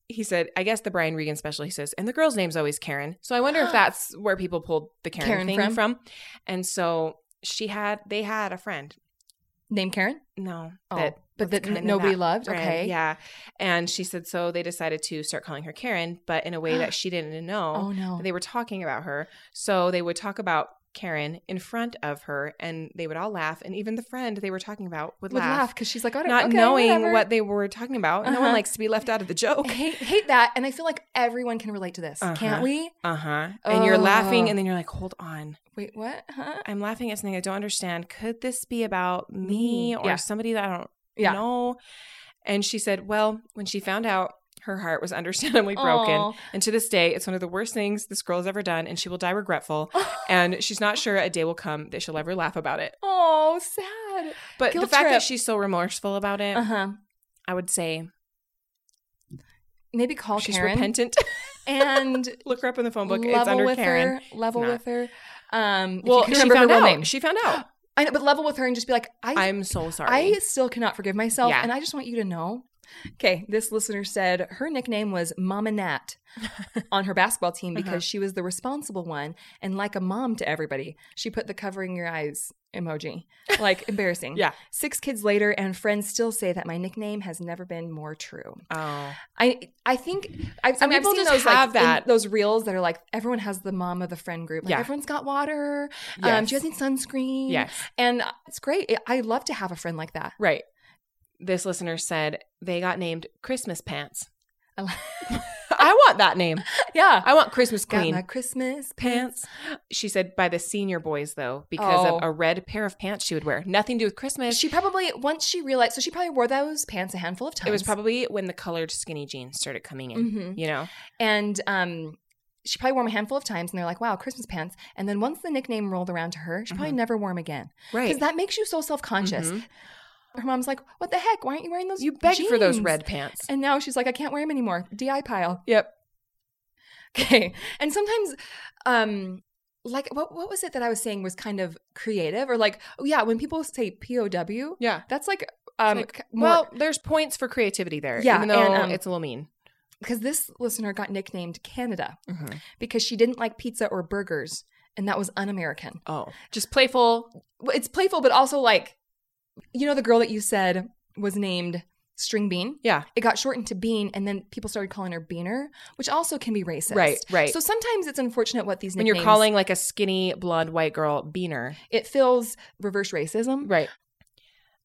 Speaker 3: he said, I guess the Brian Regan special, he says, and the girl's name's always Karen. So I wonder if that's where people pulled the Karen,
Speaker 2: Karen
Speaker 3: thing
Speaker 2: from?
Speaker 3: from? And so she had, they had a friend.
Speaker 2: Name Karen.
Speaker 3: No,
Speaker 2: Oh,
Speaker 3: that
Speaker 2: but
Speaker 3: was
Speaker 2: that
Speaker 3: kinda
Speaker 2: nobody
Speaker 3: that
Speaker 2: loved.
Speaker 3: friend.
Speaker 2: Okay.
Speaker 3: Yeah. And she said, so they decided to start calling her Karen, but in a way that she didn't know
Speaker 2: Oh no.
Speaker 3: they were talking about her. So they would talk about Karen in front of her and they would all laugh. And even the friend they were talking about would,
Speaker 2: would laugh
Speaker 3: laugh,
Speaker 2: because she's like, whatever,
Speaker 3: not
Speaker 2: okay,
Speaker 3: knowing
Speaker 2: whatever.
Speaker 3: what they were talking about. No
Speaker 2: Uh-huh.
Speaker 3: one likes to be left out of the joke.
Speaker 2: hate hate that, and I feel like everyone can relate to this,
Speaker 3: Uh-huh.
Speaker 2: can't we?
Speaker 3: Uh huh. And you're
Speaker 2: Oh.
Speaker 3: laughing and then you're like, hold on.
Speaker 2: Wait, what? Huh?
Speaker 3: I'm laughing at something I don't understand. Could this be about me
Speaker 2: Me.
Speaker 3: or
Speaker 2: Yeah.
Speaker 3: somebody that I don't
Speaker 2: Yeah.
Speaker 3: know? And she said, well, when she found out, her heart was understandably broken.
Speaker 2: Aw.
Speaker 3: And to this day, it's one of the worst things this girl has ever done, and she will die regretful. and she's not sure a day will come that she'll ever laugh about it.
Speaker 2: Oh, sad.
Speaker 3: But the
Speaker 2: Guilt
Speaker 3: fact
Speaker 2: trip.
Speaker 3: that she's so remorseful about it,
Speaker 2: Uh huh.
Speaker 3: I would say
Speaker 2: Maybe call
Speaker 3: she's
Speaker 2: Karen
Speaker 3: repentant.
Speaker 2: and
Speaker 3: Look her up in the phone book.
Speaker 2: level
Speaker 3: it's under
Speaker 2: with
Speaker 3: Karen.
Speaker 2: her. Level
Speaker 3: It's not.
Speaker 2: with her. Um, if you
Speaker 3: Well,
Speaker 2: can
Speaker 3: she
Speaker 2: remember
Speaker 3: found
Speaker 2: her
Speaker 3: out.
Speaker 2: real name.
Speaker 3: She found out.
Speaker 2: I know, but level with her and just be like, I,
Speaker 3: I'm so sorry.
Speaker 2: I still cannot forgive myself,
Speaker 3: Yeah.
Speaker 2: and I just want you to know. Okay, this listener said her nickname was Mama Nat on her basketball team because
Speaker 3: Uh-huh.
Speaker 2: she was the responsible one and like a mom to everybody. She put the covering your eyes emoji. Like embarrassing.
Speaker 3: Yeah.
Speaker 2: Six kids later, and friends still say that my nickname has never been more true. um,
Speaker 3: oh,
Speaker 2: I I think I've, I
Speaker 3: Some
Speaker 2: mean, I've
Speaker 3: people
Speaker 2: seen
Speaker 3: just
Speaker 2: those like,
Speaker 3: have
Speaker 2: in-
Speaker 3: that.
Speaker 2: those reels that are like everyone has the mom of the friend group. Like
Speaker 3: Yeah.
Speaker 2: everyone's got water. Um,
Speaker 3: Yes.
Speaker 2: do you guys need sunscreen?
Speaker 3: yes,
Speaker 2: and it's great. I- I love to have a friend like that.
Speaker 3: right. This listener said they got named Christmas Pants.
Speaker 2: I li-
Speaker 3: I want that name.
Speaker 2: yeah,
Speaker 3: I want Christmas
Speaker 2: got
Speaker 3: Queen.
Speaker 2: my Christmas pants.
Speaker 3: pants. She said by the senior boys though, because
Speaker 2: Oh.
Speaker 3: of a red pair of pants she would wear. Nothing to do with Christmas.
Speaker 2: She probably once she realized, so she probably wore those pants a handful of times.
Speaker 3: it was probably when the colored skinny jeans started coming in.
Speaker 2: Mhm.
Speaker 3: You know,
Speaker 2: and um. She probably wore them a handful of times, and they're like, "Wow, Christmas pants!" And then once the nickname rolled around to her, she probably never wore them again because
Speaker 3: Mm-hmm. right?
Speaker 2: that makes you so self-conscious.
Speaker 3: Mhm.
Speaker 2: Her mom's like, "What the heck? Why aren't you wearing those?
Speaker 3: You begged for those
Speaker 2: jeans?"
Speaker 3: red pants.
Speaker 2: And now she's like, I can't wear them anymore. DI pile.
Speaker 3: Yep.
Speaker 2: Okay. And sometimes, um, like what what was it that I was saying was kind of creative or like oh yeah when people say POW
Speaker 3: Yeah.
Speaker 2: that's like um
Speaker 3: like,
Speaker 2: c- more-
Speaker 3: well, there's points for creativity there.
Speaker 2: Yeah,
Speaker 3: Even though
Speaker 2: and, um,
Speaker 3: it's a little mean. Mm-hmm.
Speaker 2: because this listener got nicknamed Canada because she didn't like pizza or burgers and that was un-American.
Speaker 3: Oh, just playful.
Speaker 2: Well, It's playful but also like you know the girl that you said was named String Bean.
Speaker 3: Yeah.
Speaker 2: It got shortened to Bean and then people started calling her Beaner, which also can be racist.
Speaker 3: Right, right.
Speaker 2: So sometimes it's unfortunate what these
Speaker 3: When
Speaker 2: nicknames
Speaker 3: you're calling like a skinny blonde white girl Beaner.
Speaker 2: it feels reverse racism.
Speaker 3: Right.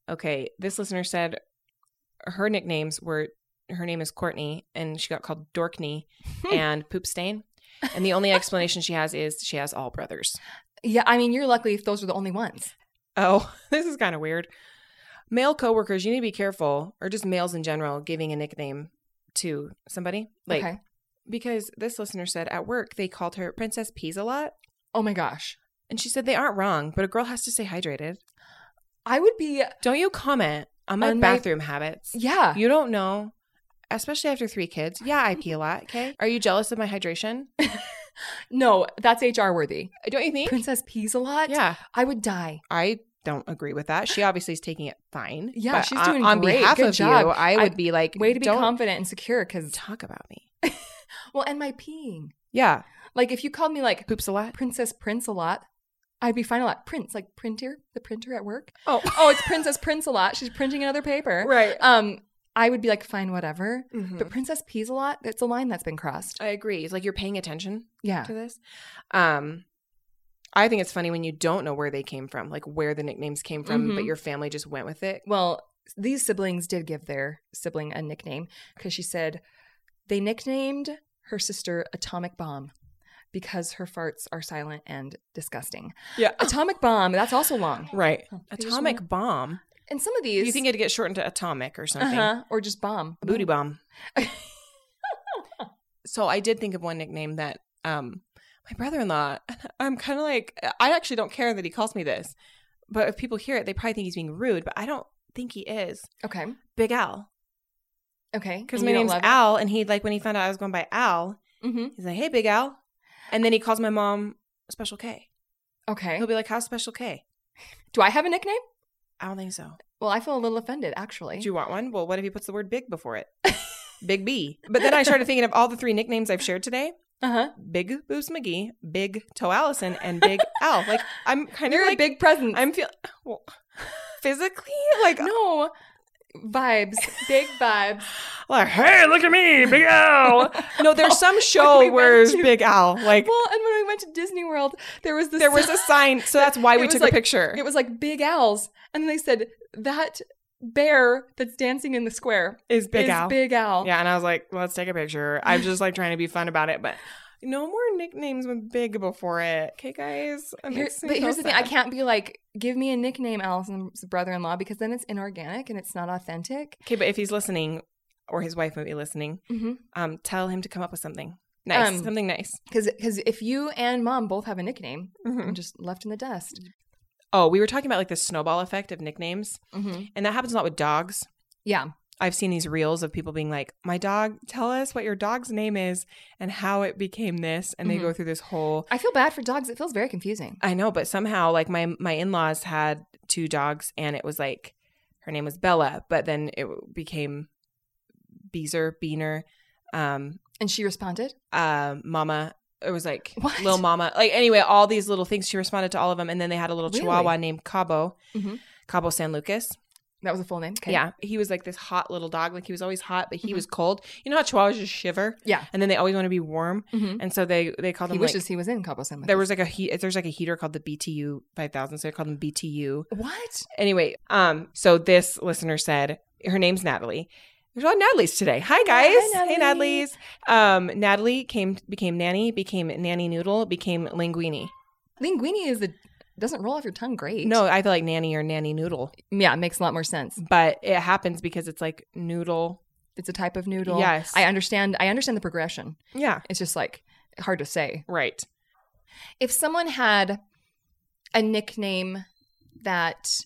Speaker 3: Okay. This listener said her nicknames were her name is Courtney and she got called Dorkney and Poop Stain. And the only explanation she has is she has all brothers.
Speaker 2: Yeah, I mean, you're lucky if those are the only ones.
Speaker 3: Oh, this is kind of weird. Male coworkers, you need to be careful, or just males in general, giving a nickname to somebody. Like
Speaker 2: okay.
Speaker 3: because this listener said at work they called her Princess Peas a lot,
Speaker 2: Oh my gosh,
Speaker 3: and she said they aren't wrong, but a girl has to stay hydrated.
Speaker 2: I would be.
Speaker 3: Don't you comment on my
Speaker 2: On my-
Speaker 3: bathroom habits?
Speaker 2: Yeah,
Speaker 3: You don't know, especially after three kids. Yeah, I pee a lot. Okay, are you jealous of my hydration?
Speaker 2: no, that's HR worthy.
Speaker 3: Don't you think?
Speaker 2: Princess pees a lot.
Speaker 3: Yeah,
Speaker 2: I would die.
Speaker 3: I don't agree with that. She obviously is taking it fine.
Speaker 2: Yeah,
Speaker 3: but
Speaker 2: she's
Speaker 3: on-
Speaker 2: doing
Speaker 3: on
Speaker 2: great.
Speaker 3: behalf
Speaker 2: Good
Speaker 3: of
Speaker 2: job.
Speaker 3: you. I would be like,
Speaker 2: Way to be
Speaker 3: don't
Speaker 2: confident and secure, because
Speaker 3: talk about me.
Speaker 2: well, and my peeing.
Speaker 3: Yeah,
Speaker 2: Like if you called me like
Speaker 3: poops a lot.
Speaker 2: Princess Prince a lot, I'd be fine a lot. Prince, like printer, the printer at work.
Speaker 3: Oh,
Speaker 2: Oh, it's Princess Prince a lot. She's printing another paper.
Speaker 3: right.
Speaker 2: Um, I would be like, fine, whatever.
Speaker 3: Mhm.
Speaker 2: But Princess pees a lot. That's a line that's been crossed.
Speaker 3: I agree. It's like you're paying attention
Speaker 2: Yeah.
Speaker 3: to this. Um, I think it's funny when you don't know where they came from, like where the nicknames came from, but
Speaker 2: Mhm.
Speaker 3: your family just went with it.
Speaker 2: Well, these siblings did give their sibling a nickname because she said they nicknamed her sister Atomic Bomb because her farts are silent and disgusting.
Speaker 3: Yeah.
Speaker 2: Atomic Bomb, that's also long.
Speaker 3: Right.
Speaker 2: They just
Speaker 3: Atomic
Speaker 2: wanna-
Speaker 3: bomb.
Speaker 2: And some of
Speaker 3: Do
Speaker 2: these
Speaker 3: you think it'd get shortened to atomic or something?
Speaker 2: uh-huh, or just bomb.
Speaker 3: Booty bomb. so I did think of one nickname that um my brother-in-law. I'm kind of like I actually don't care that he calls me this, but if people hear it, they probably think he's being rude. But I don't think he is.
Speaker 2: Okay.
Speaker 3: Big Al,
Speaker 2: Okay.
Speaker 3: because my name's Al, and he like when he found out I was going by Al,
Speaker 2: Mm-hmm.
Speaker 3: he's like, "Hey, Big Al," and then he calls my mom Special K.
Speaker 2: Okay.
Speaker 3: He'll be like, "How's Special K?"
Speaker 2: Do I have a nickname?
Speaker 3: I don't think so.
Speaker 2: Well, I feel a little offended, actually.
Speaker 3: Do you want one? Well, what if he puts the word big before it? big B. But then I started thinking of all the three nicknames I've shared today
Speaker 2: Uh huh.
Speaker 3: Big Boobs McGee, Big Toe Allison, and Big Al. Like, I'm kind
Speaker 2: You're
Speaker 3: of
Speaker 2: a
Speaker 3: like,
Speaker 2: big present.
Speaker 3: I'm feel well, physically like, uh,
Speaker 2: no vibes, big vibes.
Speaker 3: like, hey, look at me, Big Al. no, there's some
Speaker 2: When we
Speaker 3: show
Speaker 2: went
Speaker 3: where it's
Speaker 2: to-
Speaker 3: Big Al. Like,
Speaker 2: Well, and when we went to Disney World, there was this.
Speaker 3: there was a sign. So that's why
Speaker 2: It
Speaker 3: we
Speaker 2: was
Speaker 3: took
Speaker 2: like-
Speaker 3: a picture.
Speaker 2: It was like big owls, and then they said that bear that's dancing in the square
Speaker 3: Is Big
Speaker 2: is
Speaker 3: Al.
Speaker 2: Big Al.
Speaker 3: Yeah, and I was like, let's take a picture. I'm just like trying to be fun about it, but no more nicknames with big before it. Okay, guys. That
Speaker 2: Here-
Speaker 3: makes me
Speaker 2: but
Speaker 3: so
Speaker 2: here's the thing: I
Speaker 3: sad.
Speaker 2: can't be like, give me a nickname, Allison's brother-in-law, because then it's inorganic and it's not authentic.
Speaker 3: Okay, but if he's listening, or his wife might be listening,
Speaker 2: Because
Speaker 3: um, tell him to come up with something nice,
Speaker 2: Mm-hmm. Um,
Speaker 3: something nice.
Speaker 2: because if you and mom both have a nickname, I'm
Speaker 3: Mhm.
Speaker 2: just left in the dust.
Speaker 3: Oh, we were talking about like the snowball effect of nicknames,
Speaker 2: Mm-hmm.
Speaker 3: and that happens a lot with dogs.
Speaker 2: Yeah.
Speaker 3: I've seen these reels of people being like, "My dog, tell us what your dog's name is and how it became this," and
Speaker 2: Mhm.
Speaker 3: they go through this whole
Speaker 2: I feel bad for dogs. It feels very confusing.
Speaker 3: I know, but somehow like my my in-laws had two dogs and it was like her name was Bella, but then it became Beezer, Beener, um
Speaker 2: And she responded,
Speaker 3: uh, Mama. It was like
Speaker 2: What?
Speaker 3: Lil Mama. Like anyway, all these little things she responded to all of them and then they had a little
Speaker 2: Really?
Speaker 3: chihuahua named Cabo.
Speaker 2: Mhm.
Speaker 3: Cabo San Lucas.
Speaker 2: that was a full name. Okay.
Speaker 3: Yeah. He was like this hot little dog. Like he was always hot, but he
Speaker 2: Mhm.
Speaker 3: was cold. You know how chihuahuas just shiver?
Speaker 2: Yeah.
Speaker 3: And then they always want to be warm.
Speaker 2: hmm
Speaker 3: And so they they called
Speaker 2: He
Speaker 3: them
Speaker 2: wishes
Speaker 3: like
Speaker 2: he was in Cabo San Lucas.
Speaker 3: there was like a heat there's like a heater called the BTU five thousand, so they called them BTU.
Speaker 2: what?
Speaker 3: Anyway, um, so this listener said her name's Natalie. There's a lot of Natalie's today. Hi guys.
Speaker 2: Natalie.
Speaker 3: Hey Natalie's. Um, Natalie came became nanny, became nanny noodle, became linguini.
Speaker 2: Linguini is a doesn't roll off your tongue great.
Speaker 3: No, I feel like nanny or nanny noodle,
Speaker 2: Yeah, it makes a lot more sense.
Speaker 3: but it happens because it's like noodle.
Speaker 2: It's a type of noodle.
Speaker 3: Yes.
Speaker 2: I understand. I understand the progression.
Speaker 3: Yeah,
Speaker 2: It's just like hard to say.
Speaker 3: right.
Speaker 2: If someone had a nickname that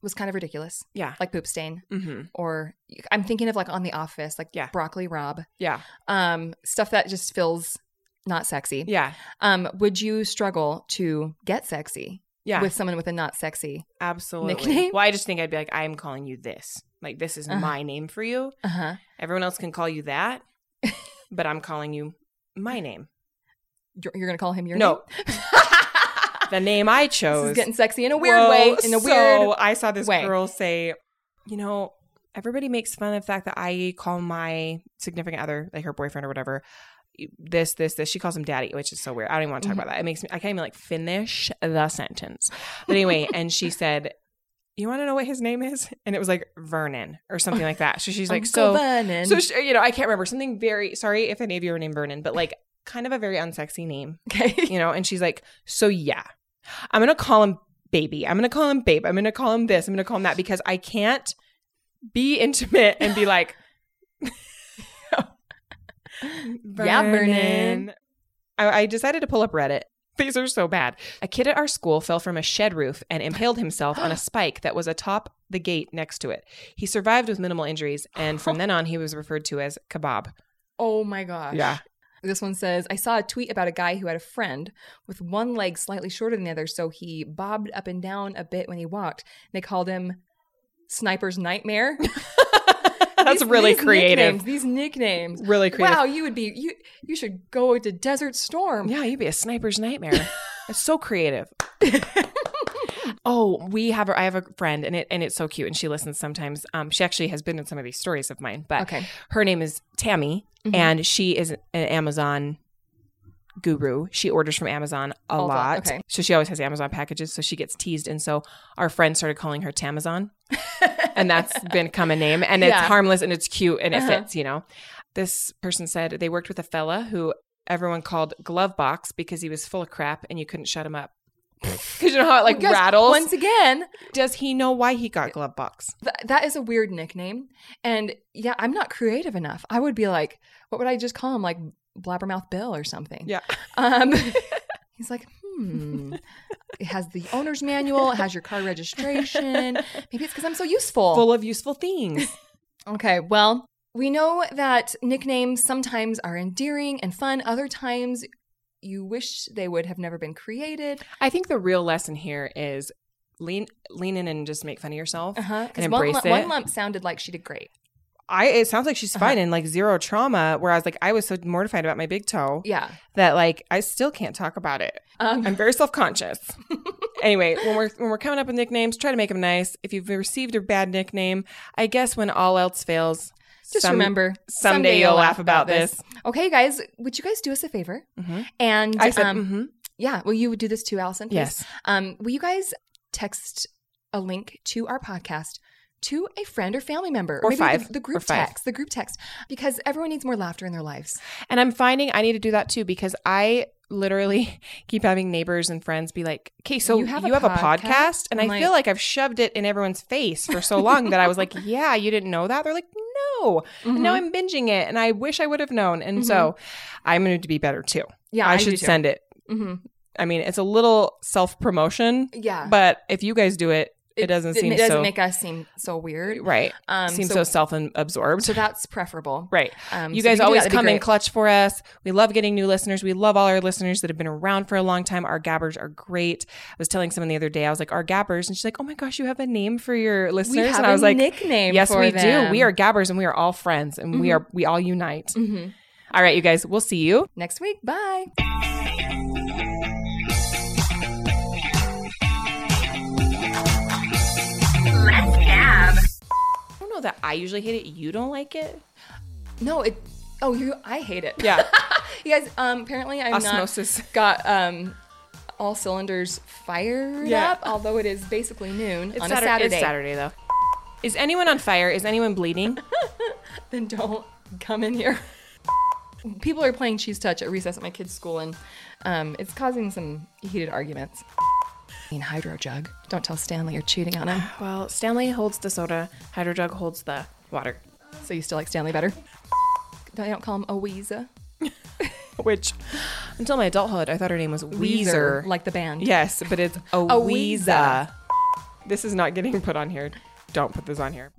Speaker 2: was kind of ridiculous,
Speaker 3: Yeah.
Speaker 2: like poop stain,
Speaker 3: Mm-hmm.
Speaker 2: or I'm thinking of like on The Office, like
Speaker 3: Yeah.
Speaker 2: broccoli Rob,
Speaker 3: Yeah,
Speaker 2: um, stuff that just feels not sexy.
Speaker 3: yeah,
Speaker 2: Um, would you struggle to get sexy
Speaker 3: yeah.
Speaker 2: with someone with a not sexy?
Speaker 3: absolutely.
Speaker 2: nickname?
Speaker 3: Well, I just think I'd be like, I am calling you this. Like this is
Speaker 2: Uh-huh.
Speaker 3: my name for you.
Speaker 2: Uh huh.
Speaker 3: Everyone else can call you that, but I'm calling you my name.
Speaker 2: You're, you're gonna call him your
Speaker 3: No.
Speaker 2: name?
Speaker 3: The name I
Speaker 2: this
Speaker 3: chose.
Speaker 2: is getting sexy in a weird
Speaker 3: Whoa,
Speaker 2: way. In a weird.
Speaker 3: So I saw this
Speaker 2: way.
Speaker 3: girl say, you know, everybody makes fun of the fact that I call my significant other, like her boyfriend or whatever, this, this, this. She calls him daddy, which is so weird. I don't even want to
Speaker 2: Mm-hmm.
Speaker 3: talk about that. It makes me, I can't even like finish the sentence. But anyway, and she said, you want to know what his name is? And it was like Vernon or something like that. So she's like,
Speaker 2: Uncle
Speaker 3: so
Speaker 2: Vernon.
Speaker 3: so sh you know, I can't remember something very. Sorry if any of you are named Vernon, but like kind of a very unsexy name,
Speaker 2: okay.
Speaker 3: you know. And she's like, so yeah, I'm gonna call him baby. I'm gonna call him babe. I'm gonna call him this. I'm gonna call him that because I can't be intimate and be like,
Speaker 2: Yeah, Vernon.
Speaker 3: I, I decided to pull up Reddit. These are so bad. A kid at our school fell from a shed roof and impaled himself on a spike that was atop the gate next to it. He survived with minimal injuries, and from then on, he was referred to as Kebab.
Speaker 2: Oh my gosh.
Speaker 3: Yeah.
Speaker 2: This one says, I saw a tweet about a guy who had a friend with one leg slightly shorter than the other, so he bobbed up and down a bit when he walked. They called him Sniper's Nightmare.
Speaker 3: That's
Speaker 2: These-
Speaker 3: really
Speaker 2: these
Speaker 3: creative.
Speaker 2: nicknames- these nicknames.
Speaker 3: Really creative.
Speaker 2: Wow, you would be you. You should go to Desert Storm.
Speaker 3: Yeah, you'd be a sniper's nightmare. it's so creative. oh, we have a, I have a friend and it and it's so cute and she listens sometimes. Um she actually has been in some of these stories of mine, but
Speaker 2: Okay. Mm-hmm.
Speaker 3: her name is Tammy
Speaker 2: Mhm.
Speaker 3: and she is an Amazon guru. She orders from Amazon a
Speaker 2: All the-
Speaker 3: lot.
Speaker 2: okay.
Speaker 3: So she always has Amazon packages. So she gets teased. And so our friend started calling her Tamazon. and that's been come a name. And it's
Speaker 2: Yeah.
Speaker 3: harmless and it's cute and it
Speaker 2: Uh-huh.
Speaker 3: fits, you know. This person said they worked with a fella who everyone called glove box because he was full of crap and you couldn't shut him up. Because you know how it like
Speaker 2: Because
Speaker 3: rattles.
Speaker 2: Once again,
Speaker 3: Does he know why he got glove box?
Speaker 2: Th- that is a weird nickname. And yeah, I'm not creative enough. I would be like, what would I just call him? Like Blabbermouth Bill or something.
Speaker 3: Yeah.
Speaker 2: Um, he's like, hmm. It has the owner's manual, it has your car registration. Maybe it's because I'm so useful.
Speaker 3: Full of useful things.
Speaker 2: Okay, well, we know that nicknames sometimes are endearing and fun, other times you wish they would have never been created.
Speaker 3: I think the real lesson here is lean lean in and just make fun of yourself.
Speaker 2: Uh-huh. Because
Speaker 3: And
Speaker 2: one,
Speaker 3: embrace
Speaker 2: lu- one
Speaker 3: it.
Speaker 2: lump sounded like she did great.
Speaker 3: I it sounds like she's
Speaker 2: Uh-huh.
Speaker 3: fine and like zero trauma. Whereas like I was so mortified about my big toe
Speaker 2: Yeah.
Speaker 3: that like I still can't talk about it.
Speaker 2: Um,
Speaker 3: I'm very self conscious. anyway, when we're when we're coming up with nicknames, try to make them nice. If you've received a bad nickname, I guess when all else fails,
Speaker 2: just
Speaker 3: some-
Speaker 2: remember
Speaker 3: someday, you'll laugh about this.
Speaker 2: Okay, guys, would you guys do us a favor?
Speaker 3: Mhm.
Speaker 2: And
Speaker 3: I said,
Speaker 2: um,
Speaker 3: mm-hmm.
Speaker 2: yeah, will you do this too, Allison? please?
Speaker 3: yes.
Speaker 2: Um, will you guys text a link to our podcast to a friend or family member
Speaker 3: Or
Speaker 2: maybe
Speaker 3: five,
Speaker 2: The, the group
Speaker 3: or five.
Speaker 2: text, the group text, because everyone needs more laughter in their lives.
Speaker 3: And I'm finding I need to do that too because I literally keep having neighbors and friends be like, okay, so you have a, podcast? And
Speaker 2: I'm
Speaker 3: I feel like I've shoved it in everyone's face for so long that I was like, yeah, you didn't know that. They're like, no. And now
Speaker 2: Mm-hmm.
Speaker 3: I'm binging it and I wish I would have known. And so I'm going to be better too.
Speaker 2: yeah,
Speaker 3: I, should send it.
Speaker 2: hmm
Speaker 3: I mean, it's a little self promotion,
Speaker 2: Yeah,
Speaker 3: but if you guys do it, it, doesn't seem
Speaker 2: it doesn't
Speaker 3: so.
Speaker 2: make us seem so weird.
Speaker 3: right.
Speaker 2: Um,
Speaker 3: seems
Speaker 2: so,
Speaker 3: so, self absorbed.
Speaker 2: so that's preferable.
Speaker 3: Right.
Speaker 2: Um,
Speaker 3: You
Speaker 2: so if
Speaker 3: guys
Speaker 2: do
Speaker 3: always
Speaker 2: that, that'd be
Speaker 3: come in
Speaker 2: great.
Speaker 3: clutch for us. We love getting new listeners. We love all our listeners that have been around for a long time. Our gabbers are great. I was telling someone the other day, I was like, our gabbers. And she's like, oh my gosh, you have a name for your listeners.
Speaker 2: We have
Speaker 3: and I was
Speaker 2: a
Speaker 3: like,
Speaker 2: nickname.
Speaker 3: yes,
Speaker 2: for
Speaker 3: we
Speaker 2: them.
Speaker 3: do. We are gabbers and we are all friends and we are, we all unite.
Speaker 2: Mhm.
Speaker 3: All right, you guys, we'll see you.
Speaker 2: Next week. Bye.
Speaker 3: I don't know that I usually hate it. You don't like it?
Speaker 2: No, it. Oh, you. I hate it.
Speaker 3: Yeah.
Speaker 2: you guys. Um. Apparently, I'm
Speaker 3: Osmosis.
Speaker 2: not got um all cylinders fired
Speaker 3: Yeah.
Speaker 2: up. Although it is basically noon on
Speaker 3: Satur-
Speaker 2: a Saturday.
Speaker 3: It's Saturday, though. Is anyone on fire? Is anyone bleeding?
Speaker 2: Then don't come in here. People are playing cheese touch at recess at my kid's school, and um, it's causing some heated arguments. I mean, hydro jug. Don't tell Stanley you're cheating on him.
Speaker 3: well, Stanley holds the soda, Hydrojug holds the water.
Speaker 2: So you still like Stanley better? I don't call him Oweeza.
Speaker 3: Which, until my adulthood, I thought her name was Weezer.
Speaker 2: like the band.
Speaker 3: Yes, but it's a
Speaker 2: Weeza.
Speaker 3: Weeza. This is not getting put on here. Don't put this on here.